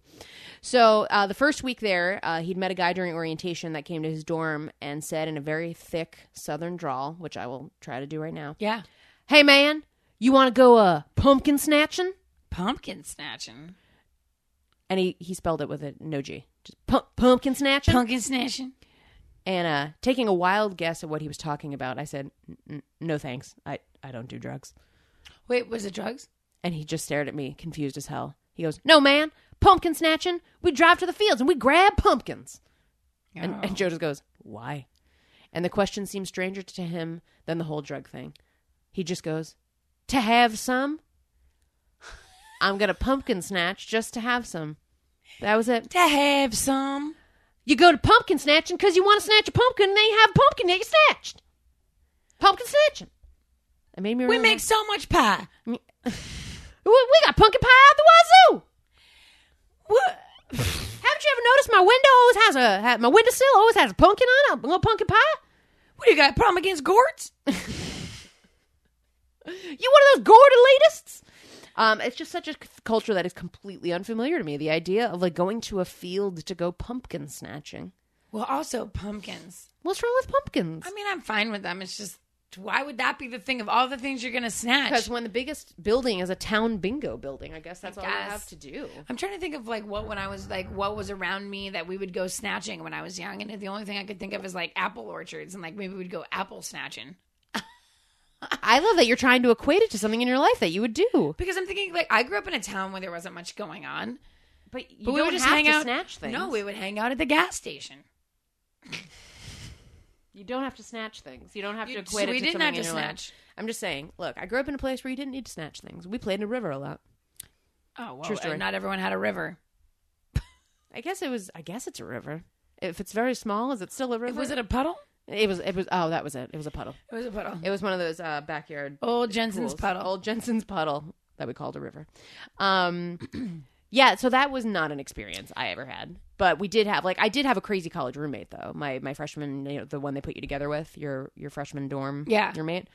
Speaker 2: So, uh, the first week there, uh, he'd met a guy during orientation that came to his dorm and said in a very thick southern drawl, which I will try to do right now
Speaker 3: yeah.
Speaker 2: Hey, man, you want to go uh, pumpkin snatching?
Speaker 3: Pumpkin snatching,
Speaker 2: And he, he spelled it with a no G. Just pump, pumpkin snatching.
Speaker 3: pumpkin snatching.
Speaker 2: And uh, taking a wild guess at what he was talking about, I said, "N- n- No thanks. I, I don't do drugs.
Speaker 3: Wait, was it drugs?
Speaker 2: And he just stared at me, confused as hell. He goes, No, man, pumpkin snatching. We drive to the fields and we grab pumpkins. And,
Speaker 3: Oh.
Speaker 2: and Joe just goes, Why? And the question seems stranger to him than the whole drug thing. He just goes, To have some? I'm going to pumpkin snatch just to have some. That was it.
Speaker 3: to have some.
Speaker 2: You go to pumpkin snatching because you want to snatch a pumpkin and then you have a pumpkin that you snatched. Pumpkin snatching. It made me
Speaker 3: We
Speaker 2: realize-
Speaker 3: make so much pie.
Speaker 2: We- we got pumpkin pie out the wazoo.
Speaker 3: What?
Speaker 2: Haven't you ever noticed my window always has a ha- my windowsill always has a pumpkin on it? A little pumpkin pie.
Speaker 3: What do you got? a Problem against gourds?
Speaker 2: You one of those gourd elitists? Um, it's just such a c- culture that is completely unfamiliar to me. The idea of like going to a field to go pumpkin snatching.
Speaker 3: Well, also pumpkins.
Speaker 2: What's wrong with pumpkins?
Speaker 3: I mean, I'm fine with them. It's just, why would that be the thing of all the things you're gonna
Speaker 2: Because
Speaker 3: snatch?
Speaker 2: when the biggest building is a town bingo building, I guess that's all you
Speaker 3: guess.
Speaker 2: have to do.
Speaker 3: I'm trying to think of like what when I was like what was around me that we would go snatching when I was young, and the only thing I could think of is like apple orchards, and like maybe we'd go apple snatching.
Speaker 2: I love that you're trying to equate it to something in your life that you would do.
Speaker 3: Because I'm thinking like I grew up in a town where there wasn't much going on,
Speaker 2: But you
Speaker 3: but we
Speaker 2: don't
Speaker 3: would just
Speaker 2: have
Speaker 3: hang
Speaker 2: to
Speaker 3: out.
Speaker 2: snatch things.
Speaker 3: No, we would hang out at the gas station.
Speaker 2: You don't have to snatch things. You don't have
Speaker 3: You-
Speaker 2: to equate
Speaker 3: so
Speaker 2: it
Speaker 3: we
Speaker 2: to
Speaker 3: didn't
Speaker 2: something
Speaker 3: have
Speaker 2: in
Speaker 3: to
Speaker 2: your life.
Speaker 3: snatch.
Speaker 2: I'm just saying. Look, I grew up in a place where you didn't need to snatch things. We played in a river a lot.
Speaker 3: Oh, well,
Speaker 2: True story.
Speaker 3: not everyone had a river.
Speaker 2: I guess it was. I guess it's a river. If it's very small, is it still a river?
Speaker 3: Was it a puddle?
Speaker 2: It was. It was. Oh, that was it. It was a puddle.
Speaker 3: It was a puddle.
Speaker 2: It was one of those uh, backyard
Speaker 3: Old Jensen's
Speaker 2: pools.
Speaker 3: puddle.
Speaker 2: Old Jensen's puddle that we called a river. Um, yeah. So that was not an experience I ever had. But we did have like I did have a crazy college roommate though. My my freshman, you know, the one they put you together with your your freshman dorm.
Speaker 3: Yeah.
Speaker 2: roommate.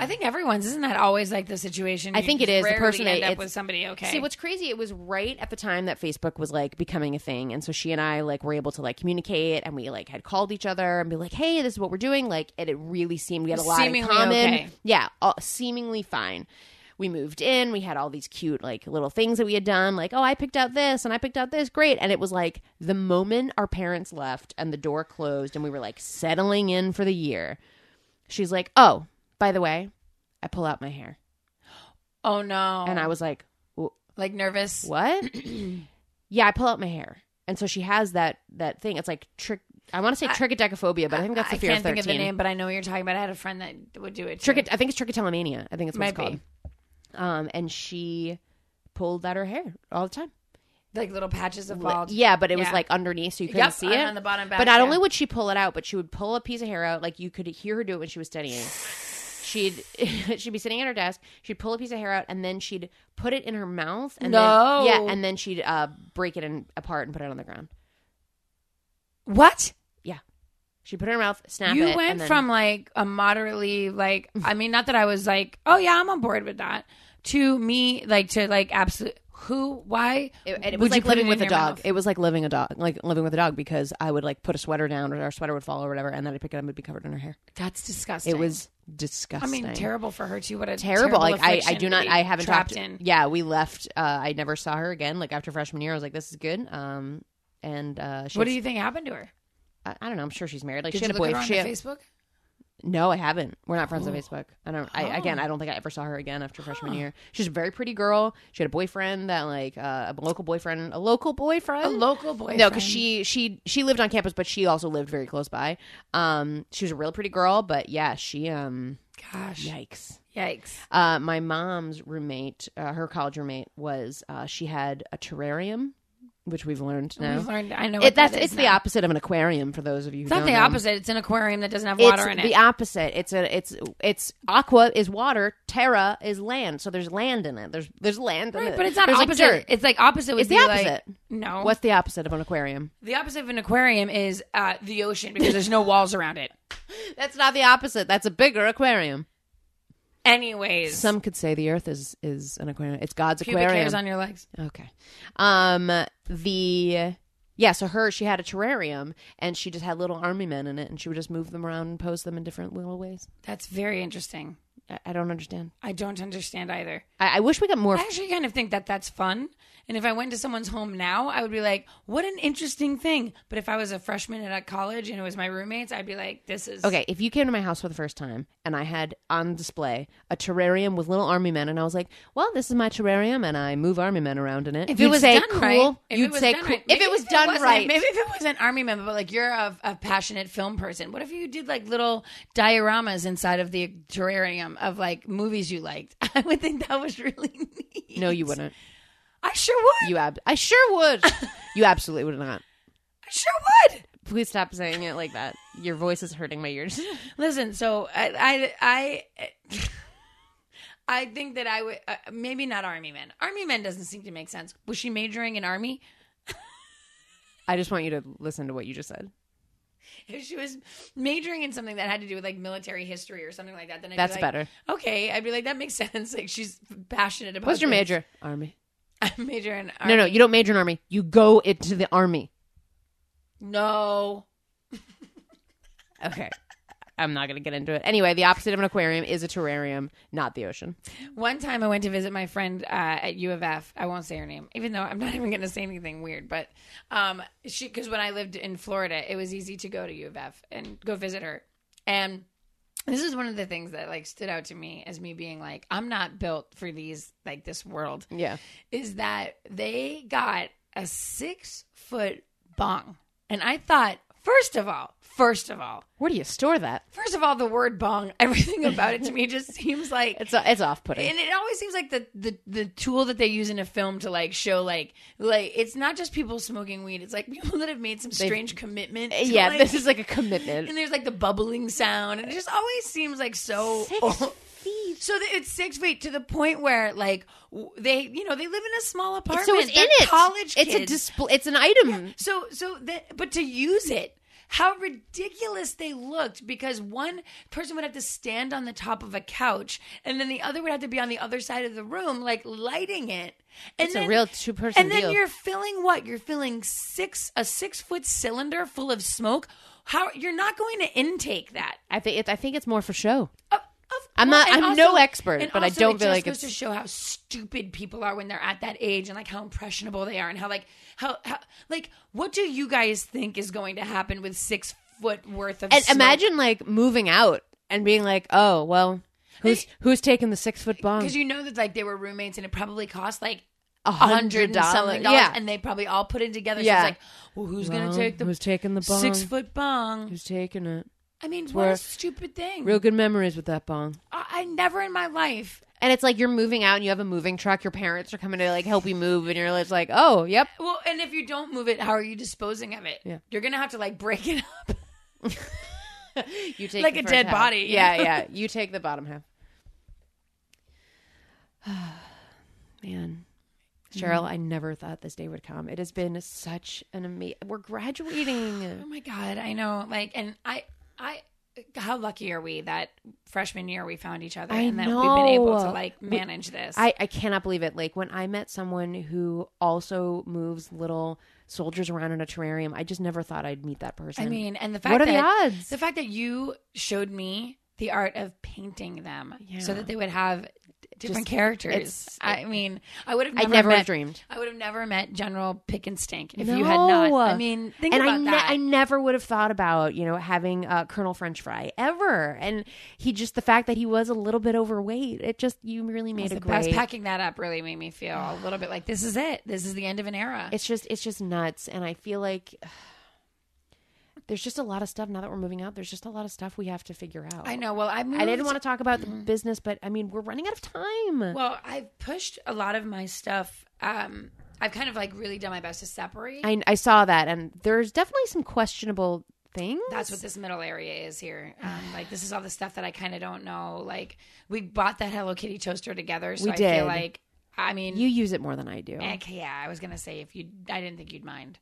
Speaker 3: I think everyone's isn't that always like the situation.
Speaker 2: I
Speaker 3: You
Speaker 2: think it
Speaker 3: just
Speaker 2: is. The
Speaker 3: rarely
Speaker 2: person
Speaker 3: end
Speaker 2: that-
Speaker 3: up
Speaker 2: it's-
Speaker 3: with somebody. Okay,
Speaker 2: See, what's crazy? It was right at the time that Facebook was like becoming a thing, and so she and I like were able to like communicate, and we like had called each other and be like, "Hey, this is what we're doing." Like, and it really seemed we had a lot
Speaker 3: Seemingly
Speaker 2: in common.
Speaker 3: okay.
Speaker 2: Yeah, all, seemingly fine. we moved in. We had all these cute like little things that we had done. Like, oh, I picked out this and I picked out this. Great. And it was like the moment our parents left and the door closed and we were like settling in for the year. She's like, oh, by the way, I pull out my hair.
Speaker 3: Oh no.
Speaker 2: And I was like, "Wh-
Speaker 3: like nervous.
Speaker 2: what? yeah, I pull out my hair. And so she has that that thing. It's like trick. I want to say trichodecaphobia, but I think that's the
Speaker 3: I
Speaker 2: fear
Speaker 3: can't
Speaker 2: of thirteen.
Speaker 3: think of the name, but I know what you're talking about. I had a friend that would do it. too.
Speaker 2: Trichot- I think it's trichotillomania. I think it's what
Speaker 3: Might
Speaker 2: it's called. Um, and she pulled out her hair all the time.
Speaker 3: like little patches of bald.
Speaker 2: Yeah, but it was
Speaker 3: Yeah.
Speaker 2: like underneath, so you couldn't
Speaker 3: Yep,
Speaker 2: see
Speaker 3: on-
Speaker 2: it
Speaker 3: on the bottom back,
Speaker 2: But not
Speaker 3: yeah.
Speaker 2: only would she pull it out, but she would pull a piece of hair out. Like you could hear her do it when she was studying. She'd she'd be sitting at her desk. She'd pull a piece of hair out, and then she'd put it in her mouth. And
Speaker 3: No.
Speaker 2: then, yeah, and then she'd uh, break it in, apart and put it on the ground.
Speaker 3: What?
Speaker 2: Yeah, she put it in her mouth, snap
Speaker 3: you
Speaker 2: it. and
Speaker 3: went
Speaker 2: then-
Speaker 3: from like a moderately like I mean not that I was like oh yeah I'm on board with that to me like to like absolute who why
Speaker 2: It, it was
Speaker 3: would you
Speaker 2: like
Speaker 3: put
Speaker 2: living
Speaker 3: it
Speaker 2: with a
Speaker 3: in your
Speaker 2: dog.
Speaker 3: mouth?
Speaker 2: It was like living a dog, like living with a dog, because I would like put a sweater down, or our sweater would fall, or whatever, and then I'd pick it up and it'd be covered in her hair.
Speaker 3: That's disgusting.
Speaker 2: It was
Speaker 3: I
Speaker 2: disgusting.
Speaker 3: mean terrible for her too. What a
Speaker 2: terrible.
Speaker 3: terrible
Speaker 2: like I, I
Speaker 3: affliction
Speaker 2: do
Speaker 3: to
Speaker 2: not.
Speaker 3: be
Speaker 2: I haven't
Speaker 3: trapped
Speaker 2: talked.
Speaker 3: in.
Speaker 2: Yeah, we left. Uh, I never saw her again. Like after freshman year, I was like, this is good. Um, and uh, she
Speaker 3: What do you think happened to her?
Speaker 2: I, I don't know. I'm sure she's married. Like
Speaker 3: Did
Speaker 2: she
Speaker 3: you
Speaker 2: had a
Speaker 3: look at her
Speaker 2: boyfriend.
Speaker 3: on
Speaker 2: She
Speaker 3: the
Speaker 2: had-
Speaker 3: Facebook?
Speaker 2: no, I haven't. We're not
Speaker 3: Oh.
Speaker 2: friends on Facebook. I don't. I again, I don't think I ever saw her again after freshman year. She's a very pretty girl. She had a boyfriend that like uh, a local boyfriend, a local boyfriend,
Speaker 3: A local boyfriend.
Speaker 2: no, because she she she lived on campus, but she also lived very close by. Um, she was a real pretty girl, but yeah, she um,
Speaker 3: Gosh.
Speaker 2: yikes.
Speaker 3: Yikes.
Speaker 2: Uh, my mom's roommate, uh, her college roommate, was uh, she had a terrarium, which we've learned now.
Speaker 3: We've learned. I know.
Speaker 2: it,
Speaker 3: What
Speaker 2: that's
Speaker 3: that is
Speaker 2: it's the
Speaker 3: now.
Speaker 2: opposite of an aquarium for those of you. Who
Speaker 3: It's not
Speaker 2: don't
Speaker 3: the
Speaker 2: know.
Speaker 3: opposite. It's an aquarium that doesn't have
Speaker 2: It's
Speaker 3: water in
Speaker 2: the
Speaker 3: it.
Speaker 2: opposite. It's a it's it's aqua is water, terra is land. So there's land in it. There's there's land, in
Speaker 3: Right,
Speaker 2: it.
Speaker 3: but it's not
Speaker 2: There's, like,
Speaker 3: opposite.
Speaker 2: dirt.
Speaker 3: It's like opposite. Would
Speaker 2: It's the
Speaker 3: be like-
Speaker 2: opposite.
Speaker 3: no,
Speaker 2: What's the opposite of an aquarium?
Speaker 3: the opposite of an aquarium is uh, the ocean because there's no walls around it.
Speaker 2: That's not the opposite. That's a bigger aquarium.
Speaker 3: Anyways,
Speaker 2: Some could say the Earth is is an aquarium. It's God's
Speaker 3: pubic
Speaker 2: aquarium.
Speaker 3: hairs on your legs.
Speaker 2: Okay. Um the yeah, so her she had a terrarium and she just had little army men in it and she would just move them around and pose them in different little ways.
Speaker 3: That's very interesting.
Speaker 2: I, I don't understand.
Speaker 3: I don't understand either.
Speaker 2: I, I wish we got more
Speaker 3: I actually kind of think that that's fun. And if I went to someone's home now, I would be like, "What an interesting thing." But if I was a freshman at a college and it was my roommates, I'd be like, "This is
Speaker 2: Okay, if you came to my house for the first time and I had on display a terrarium with little army men, and I was like, "Well, this is my terrarium, and I move army men around in it."
Speaker 3: If
Speaker 2: you'd
Speaker 3: it was
Speaker 2: say
Speaker 3: done
Speaker 2: cool,
Speaker 3: right, if
Speaker 2: you'd
Speaker 3: it was
Speaker 2: say
Speaker 3: done
Speaker 2: cool.
Speaker 3: right-
Speaker 2: If
Speaker 3: maybe
Speaker 2: it was done
Speaker 3: wasn't-
Speaker 2: right,
Speaker 3: maybe if it was an army member, but like you're a, a passionate film person. What if you did like little dioramas inside of the terrarium of like movies you liked? I would think that was really neat.
Speaker 2: no, you wouldn't.
Speaker 3: I sure would.
Speaker 2: You ab- I sure would. you absolutely would not.
Speaker 3: I sure would.
Speaker 2: Please stop saying it like that. Your voice is hurting my ears.
Speaker 3: Listen, so I I I, I think that I would uh, maybe not army men. Army men doesn't seem to make sense. Was she majoring in army?
Speaker 2: I just want you to listen to what you just said.
Speaker 3: If she was majoring in something that had to do with like military history or something like that, then I'd be
Speaker 2: That's
Speaker 3: like,
Speaker 2: better.
Speaker 3: Okay, I'd be like that makes sense. Like she's passionate about.
Speaker 2: What's your
Speaker 3: this.
Speaker 2: major? Army.
Speaker 3: I major in
Speaker 2: No,
Speaker 3: army.
Speaker 2: no, you don't major in army. You go into the army.
Speaker 3: no.
Speaker 2: Okay. I'm not going to get into it. Anyway, the opposite of an aquarium is a terrarium, not the ocean.
Speaker 3: One time I went to visit my friend uh, at U of F. I won't say her name, even though I'm not even going to say anything weird. But um, she, because when I lived in Florida, it was easy to go to U of F and go visit her. And this is one of the things that like stood out to me as me being like, I'm not built for these like this world.
Speaker 2: Yeah.
Speaker 3: Is that they got a six foot bong, and I thought, first of all, first of all,
Speaker 2: Where do you store that?
Speaker 3: first of all, the word bong, everything about it to me just seems like
Speaker 2: It's uh, it's off putting.
Speaker 3: and it always seems like the, the the tool that they use in a film to like show like like it's not just people smoking weed it's like people that have made some strange commitment to,
Speaker 2: Uh, Yeah,
Speaker 3: like-
Speaker 2: this is like a commitment.
Speaker 3: and there's like the bubbling sound and it just always seems like so
Speaker 2: feet.
Speaker 3: so that it's six feet to the point where like w- they you know they live in a small apartment
Speaker 2: So it's
Speaker 3: They're
Speaker 2: in it.
Speaker 3: college
Speaker 2: It's a
Speaker 3: kids.
Speaker 2: display. It's an item.
Speaker 3: So so that but to use it how ridiculous they looked because one person would have to stand on the top of a couch and then the other would have to be on the other side of the room like lighting it and
Speaker 2: It's a
Speaker 3: then,
Speaker 2: real two-person
Speaker 3: and then
Speaker 2: deal.
Speaker 3: you're filling what you're filling six a six foot cylinder full of smoke how you're not going to intake that
Speaker 2: I think it, I think it's more for show.
Speaker 3: of, of
Speaker 2: I'm
Speaker 3: Well,
Speaker 2: not.
Speaker 3: and
Speaker 2: I'm
Speaker 3: also-
Speaker 2: no expert,
Speaker 3: and
Speaker 2: but I
Speaker 3: also
Speaker 2: don't
Speaker 3: it
Speaker 2: feel
Speaker 3: just
Speaker 2: like
Speaker 3: goes
Speaker 2: it's.
Speaker 3: to show how stupid people are when they're at that age, and like how impressionable they are, and how like how, how like what do you guys think is going to happen with six foot worth of?
Speaker 2: and
Speaker 3: smoke?
Speaker 2: imagine like moving out and being like, oh well, who's who's taking the six foot bomb?
Speaker 3: because you know that like they were roommates, and it probably cost like.
Speaker 2: A
Speaker 3: A hundred and something dollars,
Speaker 2: Yeah.
Speaker 3: and they probably all put it together.
Speaker 2: Yeah.
Speaker 3: So it's like, well, who's gonna
Speaker 2: Well,
Speaker 3: take the
Speaker 2: who's taking the bong?
Speaker 3: six foot bong?
Speaker 2: Who's taking it?
Speaker 3: I mean, what
Speaker 2: where-
Speaker 3: a stupid thing!
Speaker 2: Real good memories with that bong.
Speaker 3: I, I never in my life
Speaker 2: And it's like you're moving out and you have a moving truck. Your parents are coming to like help you move, and you're just like, oh, yep.
Speaker 3: Well, and if you don't move it, how are you disposing of it?
Speaker 2: Yeah.
Speaker 3: You're gonna have to like break it up.
Speaker 2: You take
Speaker 3: Like
Speaker 2: the
Speaker 3: a
Speaker 2: first
Speaker 3: dead
Speaker 2: half.
Speaker 3: body, you
Speaker 2: Yeah,
Speaker 3: know?
Speaker 2: yeah. You take the bottom half. Man, Cheryl, I never thought this day would come. It has been such an amazing. We're graduating.
Speaker 3: Oh my god, I know. Like, and I, I, how lucky are we that freshman year we found each other
Speaker 2: I
Speaker 3: and that we've been able to
Speaker 2: know.
Speaker 3: like manage this.
Speaker 2: I, I cannot believe it. Like when I met someone who also moves little soldiers around in a terrarium, I just never thought I'd meet that person.
Speaker 3: I mean, and the fact
Speaker 2: what are
Speaker 3: that
Speaker 2: the odds?
Speaker 3: the fact that you showed me the art of painting them
Speaker 2: Yeah.
Speaker 3: so that they would have d- different
Speaker 2: Just-
Speaker 3: characters.
Speaker 2: it's-
Speaker 3: I mean, I would have
Speaker 2: I
Speaker 3: never,
Speaker 2: never
Speaker 3: met,
Speaker 2: have dreamed.
Speaker 3: I would have never met General Pick and Stink if you had not.
Speaker 2: No.
Speaker 3: I mean, think
Speaker 2: and
Speaker 3: about
Speaker 2: I, ne-
Speaker 3: that.
Speaker 2: I never would have thought about you know having uh, Colonel French Fry ever, and he just the fact that he was a little bit overweight. It just you really made a
Speaker 3: the
Speaker 2: great.
Speaker 3: best packing that up really made me feel a little bit like this is it. This is the end of an era.
Speaker 2: It's just it's just nuts, and I feel like there's just a lot of stuff now that we're moving out. There's just a lot of stuff we have to figure out.
Speaker 3: I know. Well, I moved,
Speaker 2: I didn't want to talk about the business, but I mean we're running out of time.
Speaker 3: Well, I've pushed a lot of my stuff. Um, I've kind of like really done my best to separate.
Speaker 2: I I saw that, and there's definitely some questionable things.
Speaker 3: That's what this middle area is here. Um, like this is all the stuff that I kind of don't know. Like we bought that Hello Kitty toaster together, so
Speaker 2: We
Speaker 3: I
Speaker 2: did.
Speaker 3: feel like I mean,
Speaker 2: you use it more than I do.
Speaker 3: heck, yeah. I was gonna say if you, I didn't think you'd mind,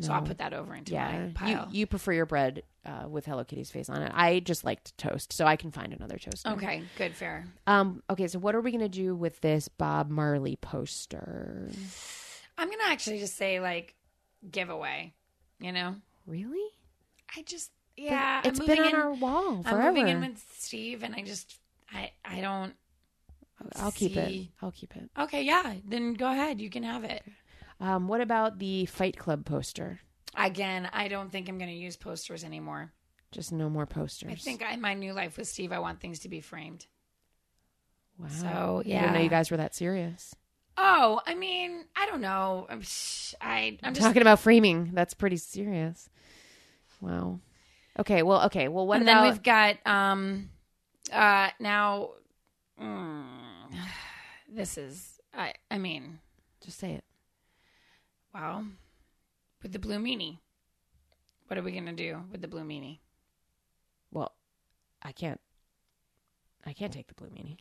Speaker 3: so I'll put that over into my
Speaker 2: You,
Speaker 3: pile.
Speaker 2: you prefer your bread uh, with Hello Kitty's face on it. I just like to toast, so I can find another toaster.
Speaker 3: okay, good, fair.
Speaker 2: Um. Okay. So what are we gonna do with this Bob Marley poster?
Speaker 3: I'm gonna actually just say like giveaway. You know,
Speaker 2: Really?
Speaker 3: I just yeah,
Speaker 2: It's
Speaker 3: I'm
Speaker 2: been on
Speaker 3: moving in,
Speaker 2: our wall
Speaker 3: I'm
Speaker 2: forever.
Speaker 3: moving in with Steve, and I just I I don't.
Speaker 2: I'll keep it.
Speaker 3: See.
Speaker 2: I'll keep it.
Speaker 3: Okay, yeah, then go ahead, you can have it.
Speaker 2: Um. What about the Fight Club poster?
Speaker 3: Again, I don't think I'm gonna use posters anymore.
Speaker 2: Just no more posters.
Speaker 3: I think I, my new life with Steve, I want things to be framed.
Speaker 2: Wow.
Speaker 3: so,
Speaker 2: I didn't
Speaker 3: yeah.
Speaker 2: know you guys were that serious.
Speaker 3: Oh, I mean, I don't know. I'm, sh- I I'm just
Speaker 2: Talking about framing, that's pretty serious. Wow. Okay. Well. Okay. Well. What
Speaker 3: and
Speaker 2: about?
Speaker 3: then we've got um uh now mm, this is I I mean
Speaker 2: just say it.
Speaker 3: Wow. With the blue meanie. What are we going to do with the blue meanie?
Speaker 2: Well, I can't. I can't take the blue meanie.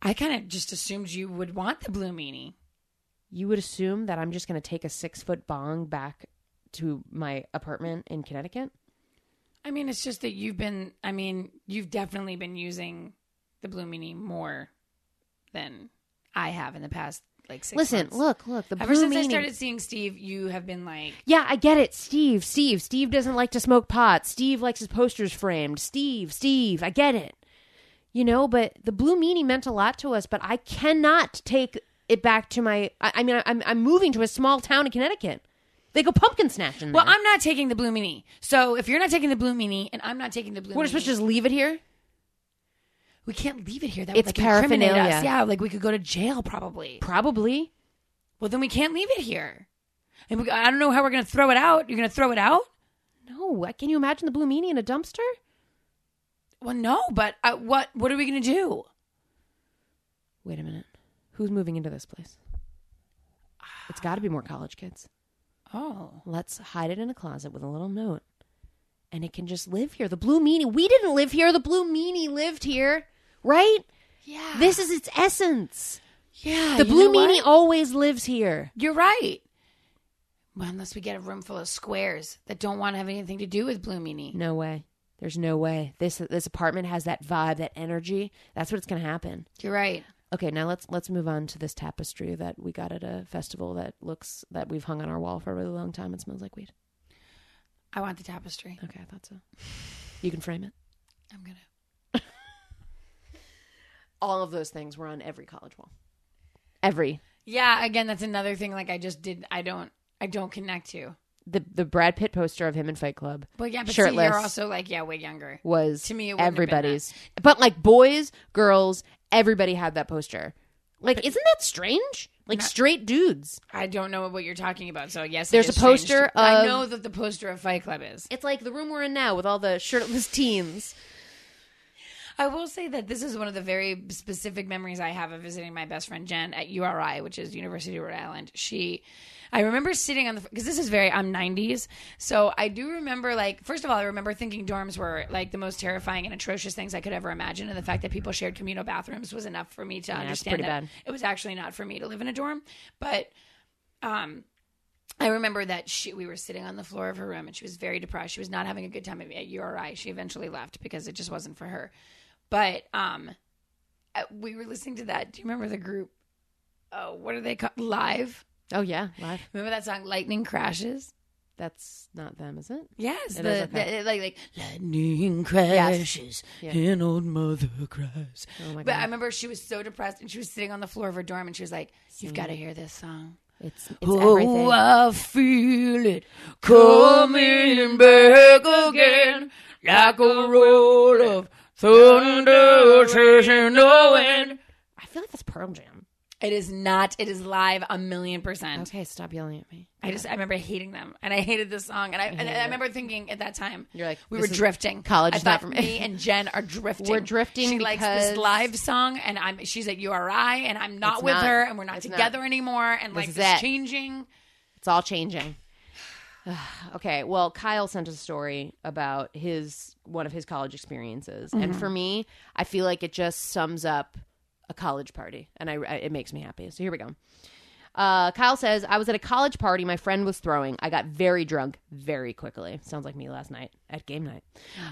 Speaker 3: I kind of just assumed you would want the blue meanie.
Speaker 2: You would assume that I'm just going to take a six foot bong back to my apartment in Connecticut.
Speaker 3: I mean, it's just that you've been, I mean, you've definitely been using the blue meanie more than I have in the past like six
Speaker 2: Listen,
Speaker 3: months.
Speaker 2: look, look, the
Speaker 3: Ever
Speaker 2: blue
Speaker 3: since I
Speaker 2: meanie-
Speaker 3: started seeing Steve, you have been like,
Speaker 2: Yeah, I get it, Steve. Steve. Steve doesn't like to smoke pot. Steve likes his posters framed. Steve. Steve. I get it. You know, but the blue meanie meant a lot to us. But I cannot take it back to my. I, I mean, I, am I'm moving to a small town in Connecticut. They go pumpkin snatching.
Speaker 3: well,
Speaker 2: there.
Speaker 3: I'm not taking the blue meanie. So if you're not taking the blue meanie and I'm not taking the blue
Speaker 2: We're
Speaker 3: meanie,
Speaker 2: supposed to just leave it here.
Speaker 3: we can't leave it here. That
Speaker 2: It's
Speaker 3: would like incriminate
Speaker 2: paraphernalia.
Speaker 3: us. Yeah, like we could go to jail probably.
Speaker 2: Probably.
Speaker 3: Well, then we can't leave it here. And we, I don't know how we're going to throw it out. You're going to throw it out?
Speaker 2: No, can you imagine the blue meanie in a dumpster?
Speaker 3: Well, no, but uh, what what are we going to do?
Speaker 2: Wait a minute. Who's moving into this place? It's got to be more college kids.
Speaker 3: Oh.
Speaker 2: Let's hide it in a closet with a little note. And it can just live here. The blue meanie. We didn't live here. The blue meanie lived here, right?
Speaker 3: Yeah.
Speaker 2: This is its essence.
Speaker 3: yeah. Uh, you
Speaker 2: The blue
Speaker 3: know what?
Speaker 2: meanie always lives here.
Speaker 3: You're right. Well, unless we get a room full of squares that don't want to have anything to do with Blue Meanie.
Speaker 2: No way. There's no way. This this apartment has that vibe, that energy. That's what's going to happen.
Speaker 3: You're right.
Speaker 2: Okay, now let's let's move on to this tapestry that we got at a festival that looks that we've hung on our wall for a really long time and smells like weed.
Speaker 3: I want the tapestry.
Speaker 2: Okay, I thought so. You can frame it.
Speaker 3: I'm going to.
Speaker 2: all of those things were on every college wall. Every
Speaker 3: Yeah, again, that's another thing. Like I just did. I don't. I don't connect to.
Speaker 2: the the Brad Pitt poster of him in Fight Club
Speaker 3: But yeah, but see,
Speaker 2: Shirtless.
Speaker 3: they're also like yeah, way younger.
Speaker 2: was
Speaker 3: To me, it wouldn't have been that.
Speaker 2: everybody's. But like boys, girls, everybody had that poster. Like, isn't that strange? Like straight dudes.
Speaker 3: I don't know what you're talking about. So yes, it
Speaker 2: There's
Speaker 3: is
Speaker 2: a poster
Speaker 3: strange to- I
Speaker 2: of-
Speaker 3: know that the poster of Fight Club is.
Speaker 2: It's like the room we're in now with all the shirtless teens.
Speaker 3: I will say that this is one of the very specific memories I have of visiting my best friend Jen at URI, which is University of Rhode Island. She, I remember sitting on the because this is very I'm 90s, so I do remember like first of all I remember thinking dorms were like the most terrifying and atrocious things I could ever imagine, and the fact that people shared communal bathrooms was enough for me to understand
Speaker 2: pretty
Speaker 3: that
Speaker 2: bad.
Speaker 3: it was actually not for me to live in a dorm, but. um I remember that she we were sitting on the floor of her room and she was very depressed. She was not having a good time at, at URI. She eventually left because it just wasn't for her. But um, uh, we were listening to that. Do you remember the group? Oh, what are they called? Live.
Speaker 2: Oh yeah, live.
Speaker 3: Remember that song, "Lightning Crashes."
Speaker 2: That's not them, is it?
Speaker 3: Yes,
Speaker 2: It
Speaker 3: the,
Speaker 2: is okay.
Speaker 3: the- like like
Speaker 4: Lightning crashes
Speaker 2: Yeah.
Speaker 4: and old mother cries.
Speaker 2: Oh my
Speaker 3: But I
Speaker 2: god,
Speaker 3: remember she was so depressed and she was sitting on the floor of her dorm and she was like, "You've got to hear this song."
Speaker 2: it's, it's
Speaker 4: oh,
Speaker 2: everything.
Speaker 4: I feel it coming back again like a roll of thunder chasing the wind.
Speaker 2: I feel like that's Pearl Jam.
Speaker 3: It is not. It is live a million percent.
Speaker 2: Okay, stop yelling at me.
Speaker 3: I just I remember hating them and I hated this song and I and I remember thinking at that time
Speaker 2: You're like,
Speaker 3: we
Speaker 2: this
Speaker 3: were
Speaker 2: is-
Speaker 3: drifting
Speaker 2: college
Speaker 3: I
Speaker 2: is not
Speaker 3: thought
Speaker 2: for me.
Speaker 3: me. and Jen are drifting
Speaker 2: We're drifting
Speaker 3: she likes
Speaker 2: because-
Speaker 3: this live song and I'm she's at URI and I'm not
Speaker 2: It's
Speaker 3: with
Speaker 2: not.
Speaker 3: her and we're not
Speaker 2: It's not.
Speaker 3: together anymore and like
Speaker 2: is
Speaker 3: it's
Speaker 2: it.
Speaker 3: changing
Speaker 2: It's all changing. okay, well, Kyle sent us a story about his one of his college experiences, and for me, I feel like it just sums up a college party, and I, I- it makes me happy. So here we go. Uh, Kyle says, I was at a college party my friend was throwing. I got very drunk very quickly. Sounds like me last night at game night.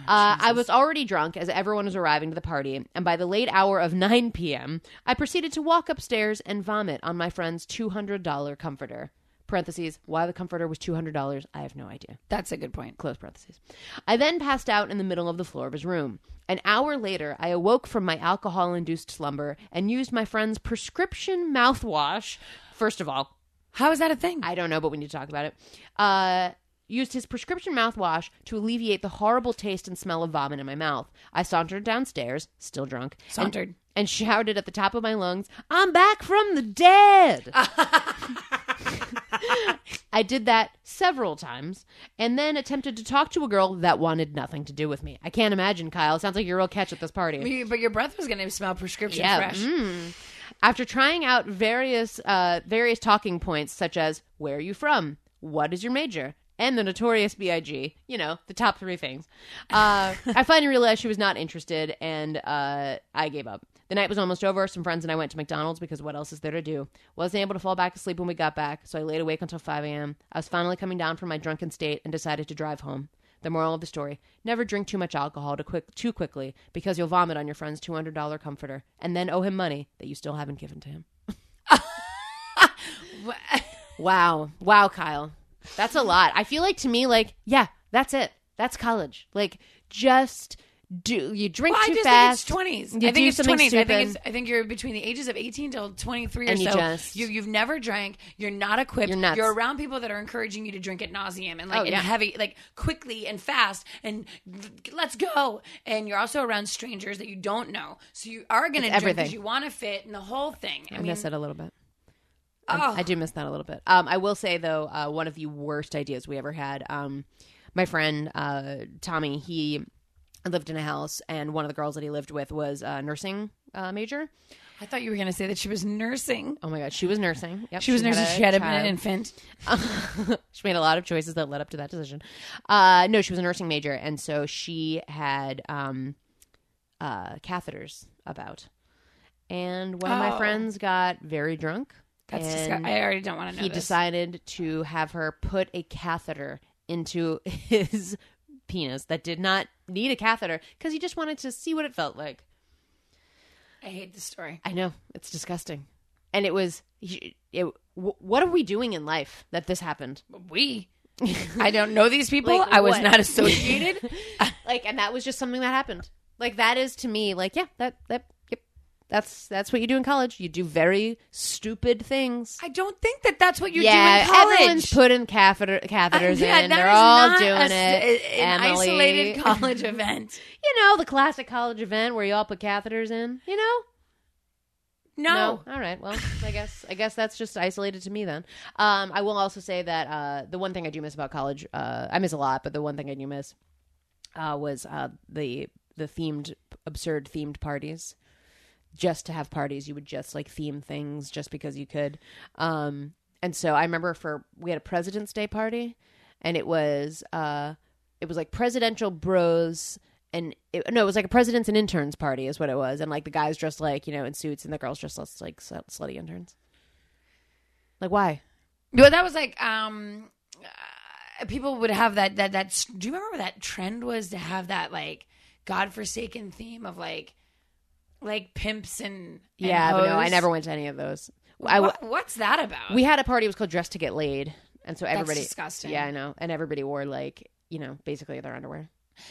Speaker 2: uh, I was already drunk as everyone was arriving to the party, and by the late hour of 9 p.m., I proceeded to walk upstairs and vomit on my friend's $200 comforter. Parentheses, why the comforter was $200, I have no idea.
Speaker 3: that's a good point
Speaker 2: Close parentheses. I then passed out in the middle of the floor of his room. An hour later, I awoke from my alcohol induced slumber and used my friend's prescription mouthwash. First of all,
Speaker 3: how is that a thing
Speaker 2: I don't know, but we need to talk about it. Uh, used his prescription mouthwash to alleviate the horrible taste and smell of vomit in my mouth. I sauntered downstairs, still drunk, and-
Speaker 3: Sauntered.
Speaker 2: and shouted at the top of my lungs, "I'm back from the dead." I did that several times, and then attempted to talk to a girl that wanted nothing to do with me. I can't imagine, Kyle. It sounds like you're a real catch at this party.
Speaker 3: You- but your breath was going to smell prescription
Speaker 2: Yeah,
Speaker 3: fresh
Speaker 2: mm. After trying out various uh, various talking points such as where are you from, what is your major, and the notorious Big, you know the top three things, uh, I finally realized she was not interested, and uh, I gave up. The night was almost over. Some friends and I went to McDonald's because what else is there to do? Wasn't able to fall back asleep when we got back, so I laid awake until 5 a.m. I was finally coming down from my drunken state and decided to drive home. The moral of the story: Never drink too much alcohol to quick, too quickly because you'll vomit on your friend's two hundred dollar comforter and then owe him money that you still haven't given to him. wow, wow, Kyle, that's a lot. I feel like to me, like yeah, that's it. That's college. Like just do you drink
Speaker 3: Well, I
Speaker 2: too
Speaker 3: just
Speaker 2: fast?
Speaker 3: think it's 20s.
Speaker 2: You
Speaker 3: I
Speaker 2: do
Speaker 3: think it's
Speaker 2: something
Speaker 3: 20s. I
Speaker 2: stupid.
Speaker 3: think it's I think you're between the ages of 18 till 23 or
Speaker 2: And you
Speaker 3: so.
Speaker 2: just-
Speaker 3: you you've never drank, you're not equipped.
Speaker 2: You're nuts.
Speaker 3: around people that are encouraging you to drink at nauseum and like
Speaker 2: Oh,
Speaker 3: and
Speaker 2: yeah.
Speaker 3: heavy like quickly and fast and let's go. And you're also around strangers that you don't know. So you are going to drink
Speaker 2: everything.
Speaker 3: because you want to fit and the whole thing. I,
Speaker 2: I,
Speaker 3: mean,
Speaker 2: miss it a little bit. Um,
Speaker 3: oh,
Speaker 2: I do miss that a little bit. Um, I will say though, uh, one of the worst ideas we ever had. Um, my friend uh, Tommy, he lived in a house, and one of the girls that he lived with was a nursing uh, major.
Speaker 3: I thought you were going to say that she was nursing.
Speaker 2: Oh my god, she was nursing. Yep,
Speaker 3: She was
Speaker 2: had
Speaker 3: nursing.
Speaker 2: a
Speaker 3: She had a,
Speaker 2: child.
Speaker 3: an infant.
Speaker 2: she made a lot of choices that led up to that decision. Uh, no, she was a nursing major, and so she had um, uh, catheters about. And one of my
Speaker 3: Oh.
Speaker 2: friends got very drunk.
Speaker 3: That's
Speaker 2: and
Speaker 3: disgusting. I already don't want to know.
Speaker 2: he
Speaker 3: this.
Speaker 2: decided to have her put a catheter into his penis that did not need a catheter because he just wanted to see what it felt like.
Speaker 3: I hate this story.
Speaker 2: I know it's disgusting, and it was. It, wh- what are we doing in life that this happened?
Speaker 3: We. I don't know these people.
Speaker 2: Like
Speaker 3: I was
Speaker 2: what?
Speaker 3: not associated.
Speaker 2: like, and that was just something that happened. Like that is to me, like yeah, that that yep, That's that's what you do in college. You do very stupid things.
Speaker 3: I don't think that that's what you
Speaker 2: yeah,
Speaker 3: do in college.
Speaker 2: everyone's putting catheter catheters
Speaker 3: Uh, yeah,
Speaker 2: in.
Speaker 3: that
Speaker 2: They're
Speaker 3: is
Speaker 2: all
Speaker 3: not
Speaker 2: doing
Speaker 3: a s-
Speaker 2: it.
Speaker 3: a- An
Speaker 2: Emily.
Speaker 3: isolated college event.
Speaker 2: You know the classic college event where you all put catheters in. You know.
Speaker 3: No.
Speaker 2: All right. Well, I guess I guess that's just isolated to me then. Um, I will also say that uh, the one thing I do miss about college, uh, I miss a lot, but the one thing I do miss uh, was uh, the the themed absurd themed parties. Just to have parties, you would just like theme things just because you could. Um, and so I remember for we had a President's Day party, and it was uh, it was like presidential bros and it, no, it was like a presidents and interns party is what it was, and like the guys dressed like you know in suits and the girls dressed as, like sl- slutty interns. Like why?
Speaker 3: Well, that was like um, uh, people would have that that that. s- Do you remember that trend was to have that like godforsaken theme of like like pimps and, and
Speaker 2: yeah, but no, I
Speaker 3: hoes?
Speaker 2: never went to any of those. I w
Speaker 3: What, what's that about?
Speaker 2: we had a party. It was called Dress to Get Laid, and so everybody
Speaker 3: disgusting.
Speaker 2: Yeah, I know, and everybody wore like you know basically their underwear.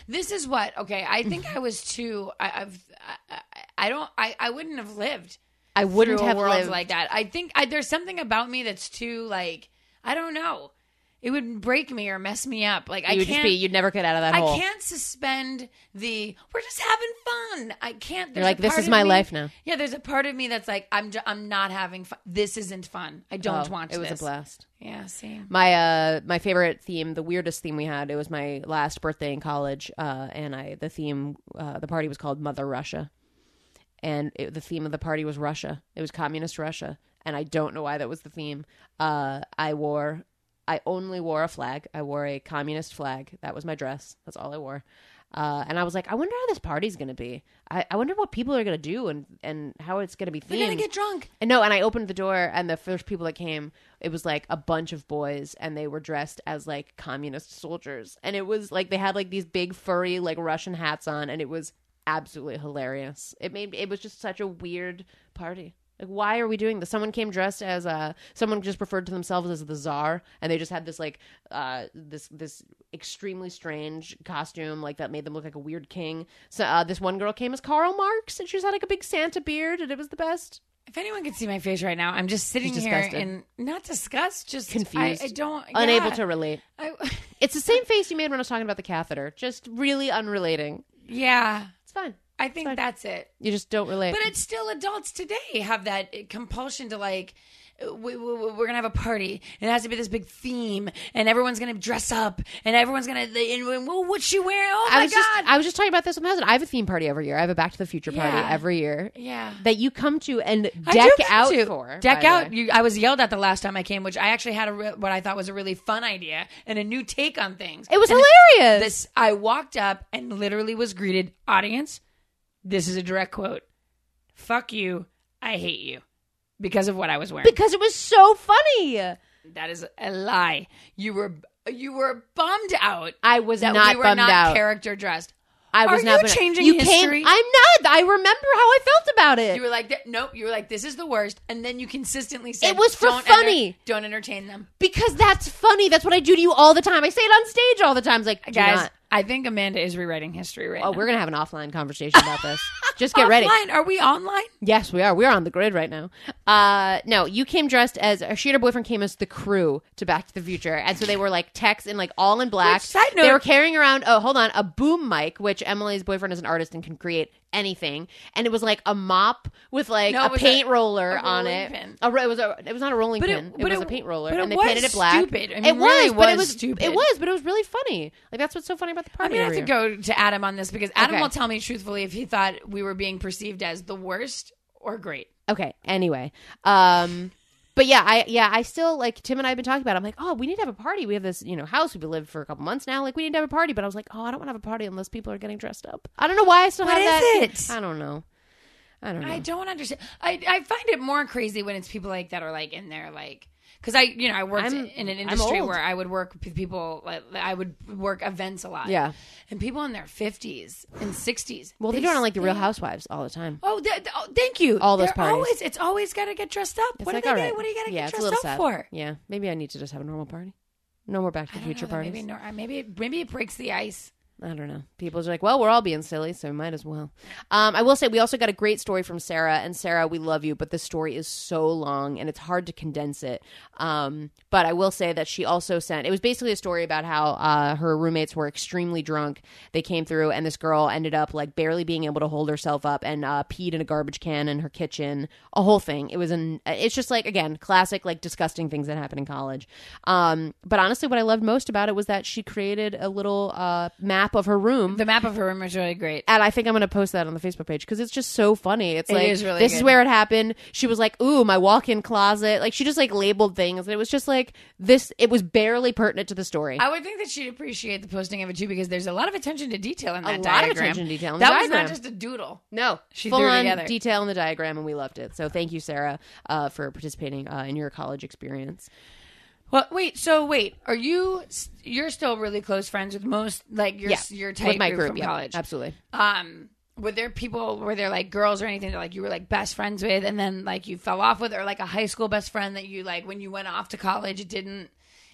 Speaker 3: This is what okay. I think
Speaker 2: Mm-hmm.
Speaker 3: I was too. I, I've I, I- I don't I I wouldn't have lived.
Speaker 2: I wouldn't
Speaker 3: through
Speaker 2: have
Speaker 3: a world
Speaker 2: lived.
Speaker 3: like that. I think I, there's something about me that's too like I don't know. It would break me or mess me up. Like I
Speaker 2: you would
Speaker 3: can't.
Speaker 2: just be. You'd never get out of that
Speaker 3: I
Speaker 2: hole.
Speaker 3: can't suspend the we're just having fun. I can't.
Speaker 2: You're
Speaker 3: there's
Speaker 2: like,
Speaker 3: a
Speaker 2: "This
Speaker 3: part
Speaker 2: is
Speaker 3: of
Speaker 2: my
Speaker 3: me-
Speaker 2: life now."
Speaker 3: Yeah, there's a part of me that's like I'm ju- I'm not having fun. This isn't fun. I don't
Speaker 2: Oh,
Speaker 3: want.
Speaker 2: It was
Speaker 3: this.
Speaker 2: a blast.
Speaker 3: Yeah, same.
Speaker 2: my uh my favorite theme the weirdest theme we had it was my last birthday in college uh and i the theme uh the party was called mother russia and it, the theme of the party was russia it was communist russia and i don't know why that was the theme uh i wore i only wore a flag i wore a communist flag that was my dress that's all i wore uh, and I was like, I wonder how this party's gonna be. I, I wonder what people are gonna do and, and how it's gonna be themed.
Speaker 3: They're gonna get drunk.
Speaker 2: And no, and I opened the door, and the first people that came, it was like a bunch of boys, and they were dressed as like communist soldiers. And it was like they had like these big furry like Russian hats on, and it was absolutely hilarious. It made it was just such a weird party. Like, why are we doing this? Someone came dressed as uh, someone just referred to themselves as the czar, and they just had this like uh, this this extremely strange costume, like that made them look like a weird king. So uh, this one girl came as Karl Marx, and she just had like a big Santa beard, and it was the best.
Speaker 3: If anyone could see my face right now, I'm just sitting
Speaker 2: She's
Speaker 3: here
Speaker 2: disgusted.
Speaker 3: and not disgust, just I-
Speaker 2: confused.
Speaker 3: I, don't
Speaker 2: unable
Speaker 3: yeah.
Speaker 2: to relate.
Speaker 3: I,
Speaker 2: It's the same face you made when I was talking about the catheter. Just really unrelating.
Speaker 3: yeah,
Speaker 2: It's fine.
Speaker 3: I think that's it.
Speaker 2: You just don't relate.
Speaker 3: But it's still adults today have that compulsion to like. We, we, we're gonna have a party. and It has to be this big theme, and everyone's gonna dress up, and everyone's gonna. They, and, and, well, what's she wearing? Oh
Speaker 2: I
Speaker 3: my
Speaker 2: was
Speaker 3: god!
Speaker 2: just I was just talking about this with my husband. I have a theme party every year. I have a Back to the Future party
Speaker 3: Yeah.
Speaker 2: every year
Speaker 3: yeah,
Speaker 2: that you come to and deck
Speaker 3: I do come
Speaker 2: out
Speaker 3: to-
Speaker 2: for. by
Speaker 3: Deck
Speaker 2: the
Speaker 3: out.
Speaker 2: way.
Speaker 3: You, I was yelled at the last time I came, which I actually had a re- what I thought was a really fun idea and a new take on things.
Speaker 2: It was
Speaker 3: And
Speaker 2: hilarious.
Speaker 3: This I walked up and literally was greeted. Audience, this is a direct quote. Fuck you. I hate you because of what I was wearing.
Speaker 2: because it was so funny.
Speaker 3: That is a lie. You were you were bummed out
Speaker 2: I was
Speaker 3: that
Speaker 2: not
Speaker 3: we were
Speaker 2: bummed
Speaker 3: not
Speaker 2: out.
Speaker 3: character dressed.
Speaker 2: I was
Speaker 3: Are
Speaker 2: not
Speaker 3: you
Speaker 2: bummed out.
Speaker 3: changing
Speaker 2: you
Speaker 3: history?
Speaker 2: Came, I'm not. I remember how I felt about it.
Speaker 3: You were like, "Th- nope. You were like, this is the worst. And then you consistently said,
Speaker 2: It was for
Speaker 3: "Don't
Speaker 2: funny."
Speaker 3: enter- don't entertain them,
Speaker 2: because that's funny. That's what I do to you all the time. I say it on stage all the time. It's like, do
Speaker 3: guys.
Speaker 2: not-
Speaker 3: I think Amanda is rewriting history right
Speaker 2: Oh,
Speaker 3: now.
Speaker 2: we're gonna have an offline conversation about this. Just get ready.
Speaker 3: Online? Are we online?
Speaker 2: Yes, we are. We are on the grid right now. Uh, no, you came dressed as or she and her boyfriend came as the crew to Back to the Future, and so they were like techs in like all in black.
Speaker 3: Which, side
Speaker 2: they
Speaker 3: note-
Speaker 2: were carrying around. Oh, hold on, a boom mic, which Emily's boyfriend is an artist and can create anything, and it was like a mop with like
Speaker 3: No,
Speaker 2: a
Speaker 3: it was
Speaker 2: paint
Speaker 3: a-
Speaker 2: roller
Speaker 3: a
Speaker 2: on
Speaker 3: rolling
Speaker 2: it.
Speaker 3: pin.
Speaker 2: A ro- it was a, it was not a rolling
Speaker 3: But it-
Speaker 2: pin. It,
Speaker 3: but
Speaker 2: was
Speaker 3: it-
Speaker 2: a paint roller,
Speaker 3: but it
Speaker 2: and they
Speaker 3: was
Speaker 2: painted it black.
Speaker 3: stupid. I mean,
Speaker 2: it was,
Speaker 3: really
Speaker 2: but it
Speaker 3: was
Speaker 2: was
Speaker 3: stupid.
Speaker 2: It was, but it was really funny. Like that's what's so funny about the
Speaker 3: I'm
Speaker 2: party.
Speaker 3: gonna have
Speaker 2: every
Speaker 3: to
Speaker 2: year.
Speaker 3: go to Adam on this because Adam
Speaker 2: Okay.
Speaker 3: will tell me truthfully if he thought we were being perceived as the worst or great.
Speaker 2: Okay. Anyway, um, but yeah, I yeah, I still like Tim and I have been talking about. It. I'm like, oh, we need to have a party. We have this you know house we've lived for a couple months now. Like we need to have a party. But I was like, oh, I don't want to have a party unless people are getting dressed up. I don't know why I still
Speaker 3: What
Speaker 2: have that.
Speaker 3: is it?
Speaker 2: I don't know. I don't know.
Speaker 3: I don't understand. I, I find it more crazy when it's people like that are like in there like because I you know I worked
Speaker 2: I'm-
Speaker 3: in an
Speaker 2: I'm
Speaker 3: industry
Speaker 2: old.
Speaker 3: where I would work with people like I would work events a lot.
Speaker 2: Yeah.
Speaker 3: and people in their fifties and sixties.
Speaker 2: well, they do it on like the Real Housewives all the time.
Speaker 3: Oh, th- th- oh, thank you.
Speaker 2: All those
Speaker 3: They're
Speaker 2: parties.
Speaker 3: Always, it's always got to get dressed up.
Speaker 2: It's
Speaker 3: what
Speaker 2: like
Speaker 3: are
Speaker 2: all
Speaker 3: they?
Speaker 2: right.
Speaker 3: What are you got to
Speaker 2: yeah,
Speaker 3: get
Speaker 2: it's a
Speaker 3: dressed
Speaker 2: little
Speaker 3: up
Speaker 2: sad.
Speaker 3: for?
Speaker 2: Yeah, maybe I need to just have a normal party. No more Back to
Speaker 3: I
Speaker 2: the
Speaker 3: don't
Speaker 2: Future
Speaker 3: know, uh, that
Speaker 2: parties.
Speaker 3: Maybe, no, maybe maybe it breaks the ice.
Speaker 2: I don't know. People are like, well, we're all being silly, so we might as well. Um, I will say we also got a great story from Sarah, and Sarah, we love you, but this story is so long and it's hard to condense it. Um, but I will say that she also sent. It was basically a story about how uh, her roommates were extremely drunk. They came through, and this girl ended up like barely being able to hold herself up and uh, peed in a garbage can in her kitchen. A whole thing. It was an. It's just like again, classic like disgusting things that happen in college. Um, but honestly, what I loved most about it was that she created a little uh, map of her room
Speaker 3: The map of her room is really great.
Speaker 2: and I think I'm going to post that on the Facebook page because it's just so funny. It's like
Speaker 3: is really
Speaker 2: this is
Speaker 3: good.
Speaker 2: where it happened. She was like, "Ooh, my walk-in closet." Like she just like labeled things, and it was just like this. It was barely pertinent to the story.
Speaker 3: I would think that she'd appreciate the posting of it too because there's a lot of attention to detail in that
Speaker 2: lot of
Speaker 3: diagram.
Speaker 2: attention to detail in the
Speaker 3: that was
Speaker 2: diagram.
Speaker 3: not just a doodle.
Speaker 2: no,
Speaker 3: She
Speaker 2: full
Speaker 3: threw it
Speaker 2: on
Speaker 3: together.
Speaker 2: detail in the diagram, and we loved it. So thank you, Sarah, uh, for participating uh, in your college experience.
Speaker 3: Well, wait. So wait, are you s- you're still really close friends with most like your
Speaker 2: Yeah,
Speaker 3: s your tight
Speaker 2: with my
Speaker 3: group, from
Speaker 2: yeah,
Speaker 3: college?
Speaker 2: absolutely.
Speaker 3: Um, were there people were there like girls or anything that like you were like best friends with, and then like you fell off with, or like a high school best friend that you like when you went off to college, it didn't.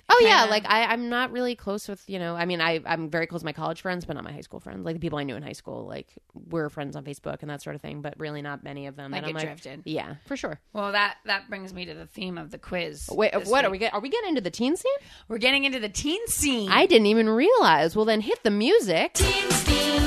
Speaker 2: Oh yeah,
Speaker 3: kinda-
Speaker 2: like I, I'm not really close with you know. I mean, I I'm very close with my college friends, but not my high school friends. Like the people I knew in high school, like we're friends on Facebook and that sort of thing, but really not many of them.
Speaker 3: Like
Speaker 2: and
Speaker 3: it
Speaker 2: I'm like,
Speaker 3: drifted.
Speaker 2: Yeah, for sure.
Speaker 3: Well, that that brings me to the theme of the quiz.
Speaker 2: Wait,
Speaker 3: this
Speaker 2: what are
Speaker 3: week.
Speaker 2: we? Get, are we getting into the teen scene?
Speaker 3: We're getting into the teen scene.
Speaker 2: I didn't even realize. Well, then hit the music.
Speaker 1: Teen steam.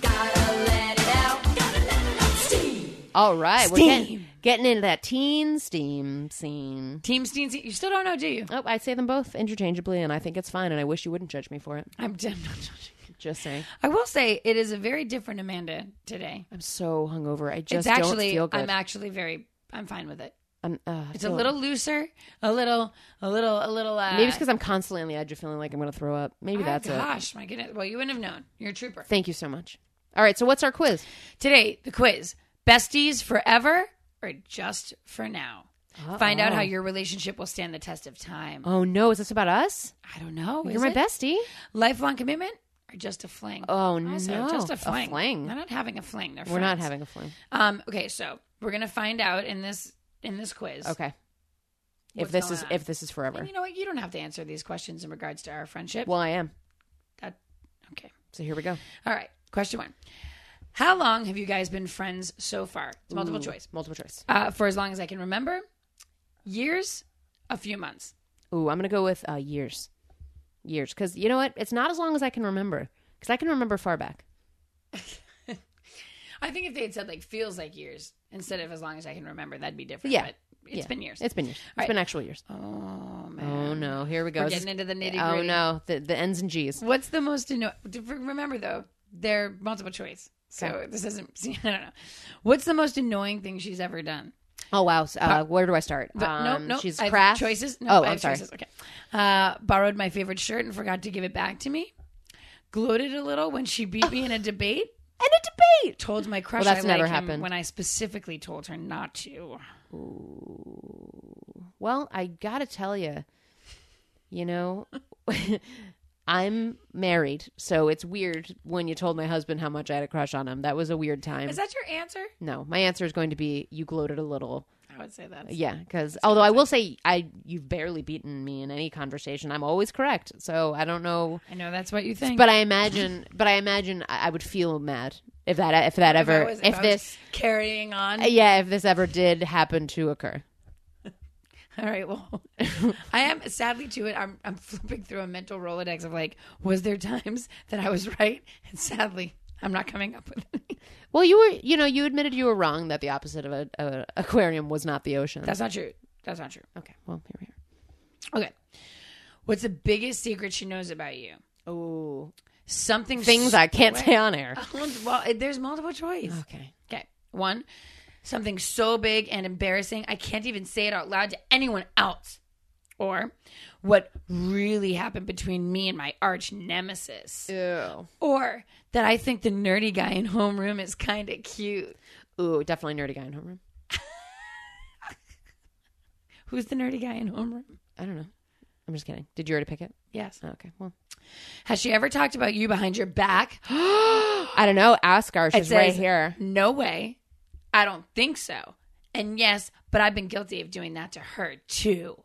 Speaker 1: Gotta let it out. Gotta let it out. Steam.
Speaker 2: All right, we're getting, getting into that teen steam scene.
Speaker 3: Team teen scene. You still don't know, do you?
Speaker 2: Oh, I say them both interchangeably, and I think it's fine. And I wish you wouldn't judge me for it.
Speaker 3: I'm, I'm not judging.
Speaker 2: Just saying,
Speaker 3: I will say it is a very different Amanda today.
Speaker 2: I'm so hungover. I
Speaker 3: It's
Speaker 2: just
Speaker 3: actually
Speaker 2: don't feel good.
Speaker 3: I'm actually very I'm fine with it.
Speaker 2: I'm, uh, I
Speaker 3: It's a
Speaker 2: feel-
Speaker 3: little looser, a little, a little, a little. Uh,
Speaker 2: Maybe it's because I'm constantly on the edge of feeling like I'm going to throw up. Maybe
Speaker 3: Oh,
Speaker 2: that's it.
Speaker 3: gosh, my goodness. Well, you wouldn't have known. You're a trooper.
Speaker 2: Thank you so much. All right, so what's our quiz?
Speaker 3: Today, the quiz: besties forever or just for now? Find out how your relationship will stand the test of time.
Speaker 2: Oh no, is this about us?
Speaker 3: I don't know.
Speaker 2: You're
Speaker 3: is
Speaker 2: my
Speaker 3: it?
Speaker 2: bestie.
Speaker 3: Lifelong commitment or just a fling?
Speaker 2: Oh no,
Speaker 3: Also, just a fling.
Speaker 2: fling.
Speaker 3: They're not having a fling. They're
Speaker 2: We're not
Speaker 3: friends.
Speaker 2: having a fling.
Speaker 3: Um, okay, so we're gonna find out in this in this quiz.
Speaker 2: Okay.
Speaker 3: What's
Speaker 2: if this
Speaker 3: going
Speaker 2: is
Speaker 3: on?
Speaker 2: if this is forever.
Speaker 3: And you know what? You don't have to answer these questions in regards to our friendship.
Speaker 2: Well, I am.
Speaker 3: That- okay.
Speaker 2: So here we go.
Speaker 3: All right. Question one. How long have you guys been friends so far? It's multiple choice.
Speaker 2: Multiple choice.
Speaker 3: Uh, for as long as I can remember, years, a few months.
Speaker 2: Ooh, I'm gonna go with uh, years, years. Because you know what? It's not as long as I can remember. Because I can remember far back.
Speaker 3: I think if they had said like feels like years instead of as long as I can remember, that'd be different.
Speaker 2: Yeah.
Speaker 3: But it's
Speaker 2: Yeah.
Speaker 3: been years.
Speaker 2: It's been years. It's
Speaker 3: right.
Speaker 2: been actual years.
Speaker 3: oh man.
Speaker 2: Oh no, here we go.
Speaker 3: We're
Speaker 2: This is-
Speaker 3: getting into the nitty
Speaker 2: oh
Speaker 3: gritty. Mm.
Speaker 2: no, the the N's and G's.
Speaker 3: What's the most annoying? Remember though, they're multiple choice. So this isn't. See, I don't know. What's the most annoying thing she's ever done?
Speaker 2: Oh wow. So, uh, where do I start?
Speaker 3: But nope,
Speaker 2: Um,
Speaker 3: nope.
Speaker 2: She's
Speaker 3: I have
Speaker 2: craft
Speaker 3: choices. No,
Speaker 2: Oh,
Speaker 3: I
Speaker 2: I'm
Speaker 3: have
Speaker 2: sorry.
Speaker 3: Choices. Okay. Uh, borrowed my favorite shirt and forgot to give it back to me. Gloated a little when she beat me in a debate.
Speaker 2: And a debate.
Speaker 3: Told my crush
Speaker 2: Well, that's
Speaker 3: I
Speaker 2: never
Speaker 3: like him
Speaker 2: happened. Hmm.
Speaker 3: when I specifically told her not to.
Speaker 2: Well, I gotta tell you, you know, I'm married, so it's weird when you told my husband how much I had a crush on him. That was a weird time.
Speaker 3: Is that your answer?
Speaker 2: no, my answer is going to be you gloated a little.
Speaker 3: I would say that.
Speaker 2: Yeah, because although I will say I you've barely beaten me in any conversation. I'm always correct, so I don't know.
Speaker 3: I know that's what you think.
Speaker 2: But I imagine, but I imagine I, I would feel mad if that if that
Speaker 3: I
Speaker 2: ever
Speaker 3: was-
Speaker 2: if
Speaker 3: I was
Speaker 2: this
Speaker 3: carrying on.
Speaker 2: yeah if this ever did happen to occur.
Speaker 3: All right. Well, I am sadly to it. I'm I'm flipping through a mental rolodex of like, was there times that I was right? And sadly, I'm not coming up with any.
Speaker 2: Well, you were, you know, you admitted you were wrong that the opposite of a, a aquarium was not the ocean.
Speaker 3: That's not true. That's not true.
Speaker 2: okay. Well, here we are.
Speaker 3: Okay. What's the biggest secret she knows about you?
Speaker 2: Oh,
Speaker 3: Something
Speaker 2: things I can't say on air.
Speaker 3: Ah. Well, it- there's multiple choice.
Speaker 2: Okay.
Speaker 3: Okay. One, something so big and embarrassing I can't even say it out loud to anyone else. Or what really happened between me and my arch nemesis.
Speaker 2: Ew.
Speaker 3: Or that I think the nerdy guy in homeroom is kind of cute.
Speaker 2: Ooh, definitely nerdy guy in homeroom.
Speaker 3: Who's the nerdy guy in homeroom?
Speaker 2: I don't know. I'm just kidding. Did you already pick it?
Speaker 3: Yes.
Speaker 2: Oh, okay. Well,
Speaker 3: Has she ever talked about you behind your back?
Speaker 2: I don't know. Ask her. She's
Speaker 3: It
Speaker 2: right
Speaker 3: says,
Speaker 2: here.
Speaker 3: No way. I don't think so. And yes, but I've been guilty of doing that to her too.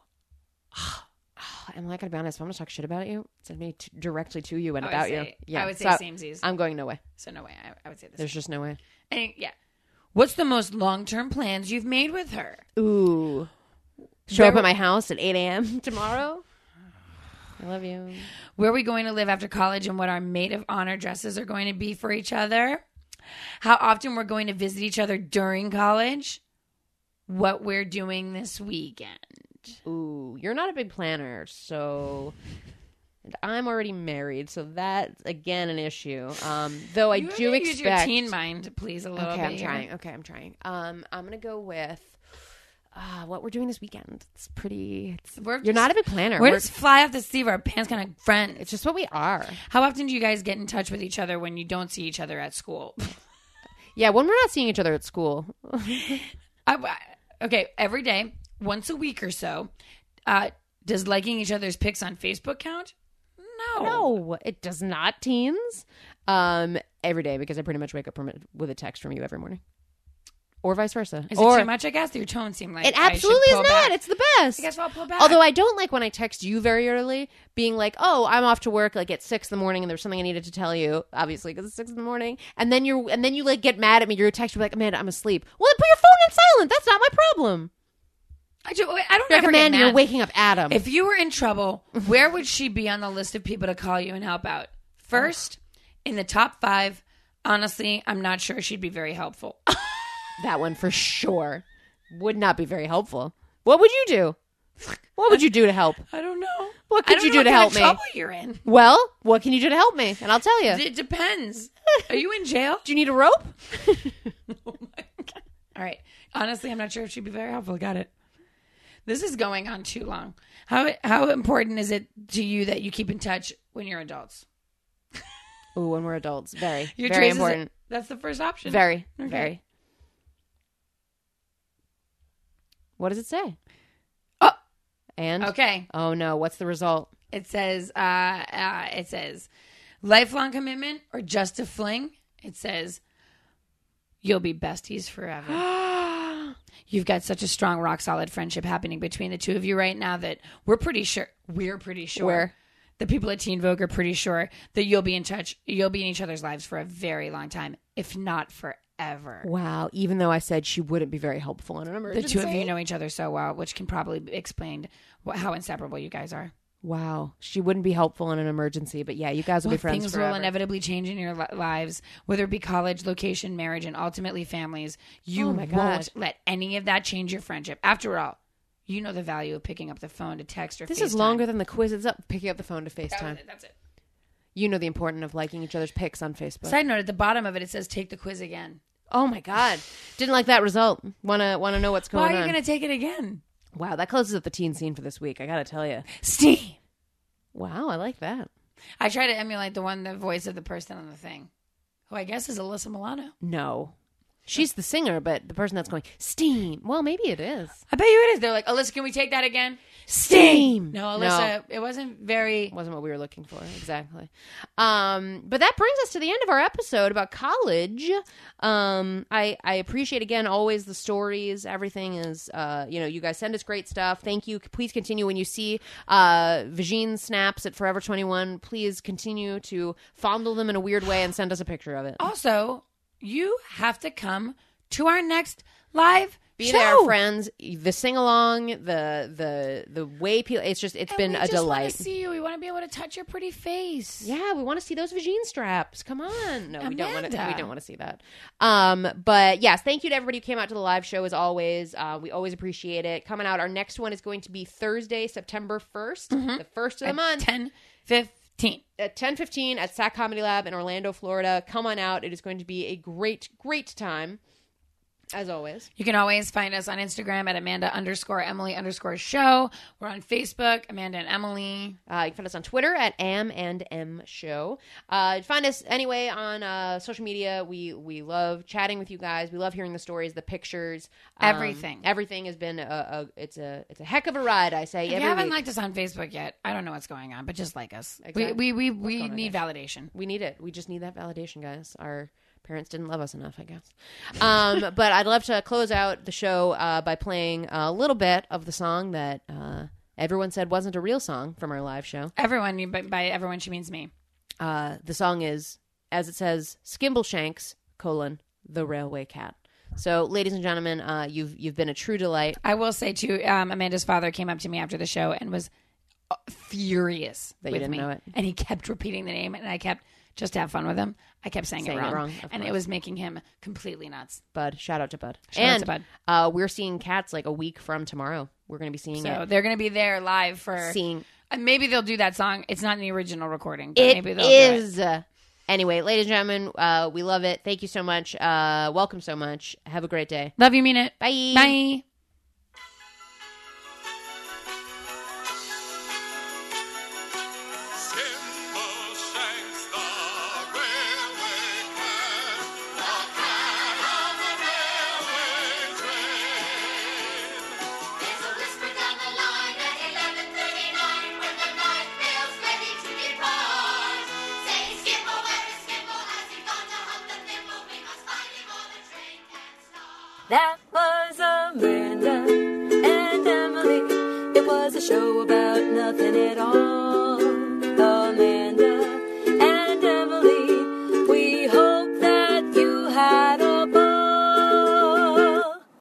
Speaker 2: I'm not gonna be honest. If I'm gonna talk shit about you, send me t- directly to you and
Speaker 3: I would
Speaker 2: about you.
Speaker 3: say- I would say
Speaker 2: so
Speaker 3: samesies.
Speaker 2: I'm going no way.
Speaker 3: So no way. I, I would say this.
Speaker 2: There's just no way.
Speaker 3: And, yeah. What's the most long term plans you've made with her?
Speaker 2: Ooh. Show up at my house at 8 a.m. tomorrow. I love you.
Speaker 3: Where are we going to live after college and what our maid of honor dresses are going to be for each other? How often we're going to visit each other during college? What we're doing this weekend.
Speaker 2: Ooh, you're not a big planner, so. And I'm already married, so that's again an issue. Um, though I
Speaker 3: You
Speaker 2: do
Speaker 3: have to use your
Speaker 2: expect.
Speaker 3: teen mind, please, a little
Speaker 2: okay,
Speaker 3: bit.
Speaker 2: I'm
Speaker 3: here.
Speaker 2: trying. Okay, I'm trying. Um, I'm gonna go with uh, what we're doing this weekend. It's pretty. It's,
Speaker 3: We're
Speaker 2: you're not a big planner.
Speaker 3: We're
Speaker 2: We're-
Speaker 3: just fly off the seat of our pants kind of friends.
Speaker 2: it's just what we are.
Speaker 3: How often do you guys get in touch with each other when you don't see each other at school?
Speaker 2: Yeah, when we're not seeing each other at school,
Speaker 3: I, I- okay, every day, once a week or so. Uh, does liking each other's pics on Facebook count? No.
Speaker 2: No, it does not, teens. Um, every day because I pretty much wake up from it with a text from you every morning, or vice versa.
Speaker 3: Is
Speaker 2: or
Speaker 3: it too much? I guess your tone seemed like
Speaker 2: it
Speaker 3: I should
Speaker 2: absolutely is
Speaker 3: pull
Speaker 2: not.
Speaker 3: back.
Speaker 2: It's the best.
Speaker 3: I guess I'll pull back.
Speaker 2: Although I don't like when I text you very early, being like, "Oh, I'm off to work like at six in the morning, and there's something I needed to tell you." Obviously, because it's six in the morning, and then you're and then you like get mad at me. You're texting me like, "Amanda, I'm asleep." Well, then put your phone on silent. That's not my problem.
Speaker 3: I, do, I don't
Speaker 2: You're like,
Speaker 3: ever get
Speaker 2: Amanda, you're
Speaker 3: mad.
Speaker 2: waking up Adam.
Speaker 3: If you were in trouble, where would she be on the list of people to call you and help out?
Speaker 2: Oh.
Speaker 3: First, in the top five. Honestly, I'm not sure she'd be very helpful.
Speaker 2: that one for sure would not be very helpful. What would you do? What would you do to help?
Speaker 3: I don't know.
Speaker 2: What
Speaker 3: I
Speaker 2: could
Speaker 3: don't
Speaker 2: you
Speaker 3: know
Speaker 2: do to
Speaker 3: what
Speaker 2: help
Speaker 3: kind of
Speaker 2: me?
Speaker 3: Trouble you're in.
Speaker 2: Well, what can you do to help me? And I'll tell you.
Speaker 3: It depends. Are you in jail?
Speaker 2: Do you need a rope?
Speaker 3: All right. Honestly, I'm not sure if she'd be very helpful. Got it. This is going on too long. How how important is it to you that you keep in touch when you're adults?
Speaker 2: Ooh, when we're adults, very,
Speaker 3: Your
Speaker 2: very
Speaker 3: choice is-
Speaker 2: important.
Speaker 3: That's the first option.
Speaker 2: Very,
Speaker 3: Okay.
Speaker 2: very. What does it say?
Speaker 3: Oh.
Speaker 2: and
Speaker 3: Okay.
Speaker 2: Oh no, what's the result?
Speaker 3: It says uh, uh it says lifelong commitment or just a fling. It says you'll be besties forever. You've got such a strong rock solid friendship happening between the two of you right now that we're pretty sure we're pretty sure
Speaker 2: We're.
Speaker 3: the people at Teen Vogue are pretty sure that you'll be in touch you'll be in each other's lives for a very long time, if not forever.
Speaker 2: Wow. Even though I said she wouldn't be very helpful in an
Speaker 3: The
Speaker 2: emergency.
Speaker 3: two of you know each other so well, which can probably explain wh- how inseparable you guys are.
Speaker 2: Wow. She wouldn't be helpful in an emergency, but yeah, you guys will be
Speaker 3: Well,
Speaker 2: friends
Speaker 3: things
Speaker 2: forever.
Speaker 3: will inevitably change in your li- lives, whether it be college, location, marriage, and ultimately families. You
Speaker 2: Oh my God.
Speaker 3: won't let any of that change your friendship. After all, you know the value of picking up the phone to text or
Speaker 2: this is
Speaker 3: FaceTime.
Speaker 2: longer than the quiz. It's up picking up the phone to FaceTime.
Speaker 3: That- That's it.
Speaker 2: You know the importance of liking each other's pics on Facebook.
Speaker 3: Side note: at the bottom of it, it says "Take the quiz again."
Speaker 2: Oh my god. Didn't like that result. Wanna wanna know what's going
Speaker 3: Why are you
Speaker 2: on.
Speaker 3: going to take it again,
Speaker 2: Wow, that closes up the teen scene for this week. I gotta tell you.
Speaker 3: Steve?
Speaker 2: Wow, I like that.
Speaker 3: I try to emulate the one, the voice of the person on the thing, who I guess is Alyssa Milano.
Speaker 2: No. She's the singer, but the person that's going steam. Well, maybe it is
Speaker 3: I bet you it is. They're like, Alyssa, can we take that again?
Speaker 2: steam.
Speaker 3: No, Alyssa, it wasn't very.
Speaker 2: wasn't what we were looking for exactly. Um, but that brings us to the end of our episode about college. Um, I I appreciate again always the stories. Everything is uh, you know you guys send us great stuff. Thank you. Please continue when you see uh, Vagine snaps at Forever Twenty One. Please continue to fondle them in a weird way and send us a picture of it.
Speaker 3: Oh, Also, you have to come to our next live
Speaker 2: Be
Speaker 3: show.
Speaker 2: there, friends. The sing along, the the the way people. It's just it's
Speaker 3: And
Speaker 2: been
Speaker 3: we
Speaker 2: a
Speaker 3: just
Speaker 2: delight.
Speaker 3: Want to see you? We want to be able to touch your pretty face.
Speaker 2: Yeah, we want to see those vagine straps. Come on. No, we don't want to.
Speaker 3: Amanda.
Speaker 2: We don't want to see that. Um, but yes, thank you to everybody who came out to the live show as always. Uh, we always appreciate it. Coming out, our next one is going to be Thursday, September 1st the first of the month,
Speaker 3: Mm-hmm. Ten fifteen.
Speaker 2: at ten fifteen at Sac Comedy Lab in Orlando, Florida. Come on out. It is going to be a great, great time. As always,
Speaker 3: You can always find us on Instagram at Amanda underscore Emily underscore show. We're on Facebook, Amanda and Emily.
Speaker 2: uh, you can find us on Twitter at am and m show. Uh, find us anyway on uh, social media. We we love chatting with you guys. We love hearing the stories, the pictures, um,
Speaker 3: Everything.
Speaker 2: Everything has been a, a it's a it's a heck of a ride. I say
Speaker 3: If
Speaker 2: every
Speaker 3: you haven't
Speaker 2: week.
Speaker 3: liked us on Facebook yet, I don't know what's going on, but just like us.
Speaker 2: Exactly.
Speaker 3: We we we, we need validation.
Speaker 2: we need it. We just need that validation, guys. Our parents didn't love us enough, I guess. Um, but I'd love to close out the show uh, by playing a little bit of the song that uh, everyone said wasn't a real song from our live show.
Speaker 3: Everyone, you- by, by everyone, she means me.
Speaker 2: Uh, the song is, as it says, Skimbleshanks, colon, the railway cat. So, ladies and gentlemen, uh, you've you've been a true delight.
Speaker 3: I will say too, um, Amanda's father came up to me after the show and was uh, furious
Speaker 2: That you
Speaker 3: with
Speaker 2: didn't
Speaker 3: me,
Speaker 2: know it.
Speaker 3: and he kept repeating the name, and I kept just to have fun with him. I kept saying,
Speaker 2: Saying it
Speaker 3: it wrong,
Speaker 2: wrong, of
Speaker 3: and it was making him completely nuts.
Speaker 2: Bud, shout out to Bud.
Speaker 3: Shout out
Speaker 2: and
Speaker 3: to Bud.
Speaker 2: Uh, we're seeing cats like a week from tomorrow. We're going to be seeing
Speaker 3: So
Speaker 2: it.
Speaker 3: they're going to be there live for.
Speaker 2: Seeing
Speaker 3: Uh, maybe they'll do that song. It's not in the original recording. But
Speaker 2: it
Speaker 3: maybe they'll do it.
Speaker 2: is. Anyway, ladies and gentlemen, uh, we love it. Thank you so much. Uh, welcome so much. Have a great day.
Speaker 3: Love you, mean it.
Speaker 2: Bye.
Speaker 3: Bye.
Speaker 5: There's a whisper down the line at 11:39 when the night feels ready to depart. Say skimble, very skimble, as he gone to hunt the nimble? We must find him or the train can start.
Speaker 1: That was Amanda and Emily. It was a show about nothing at all.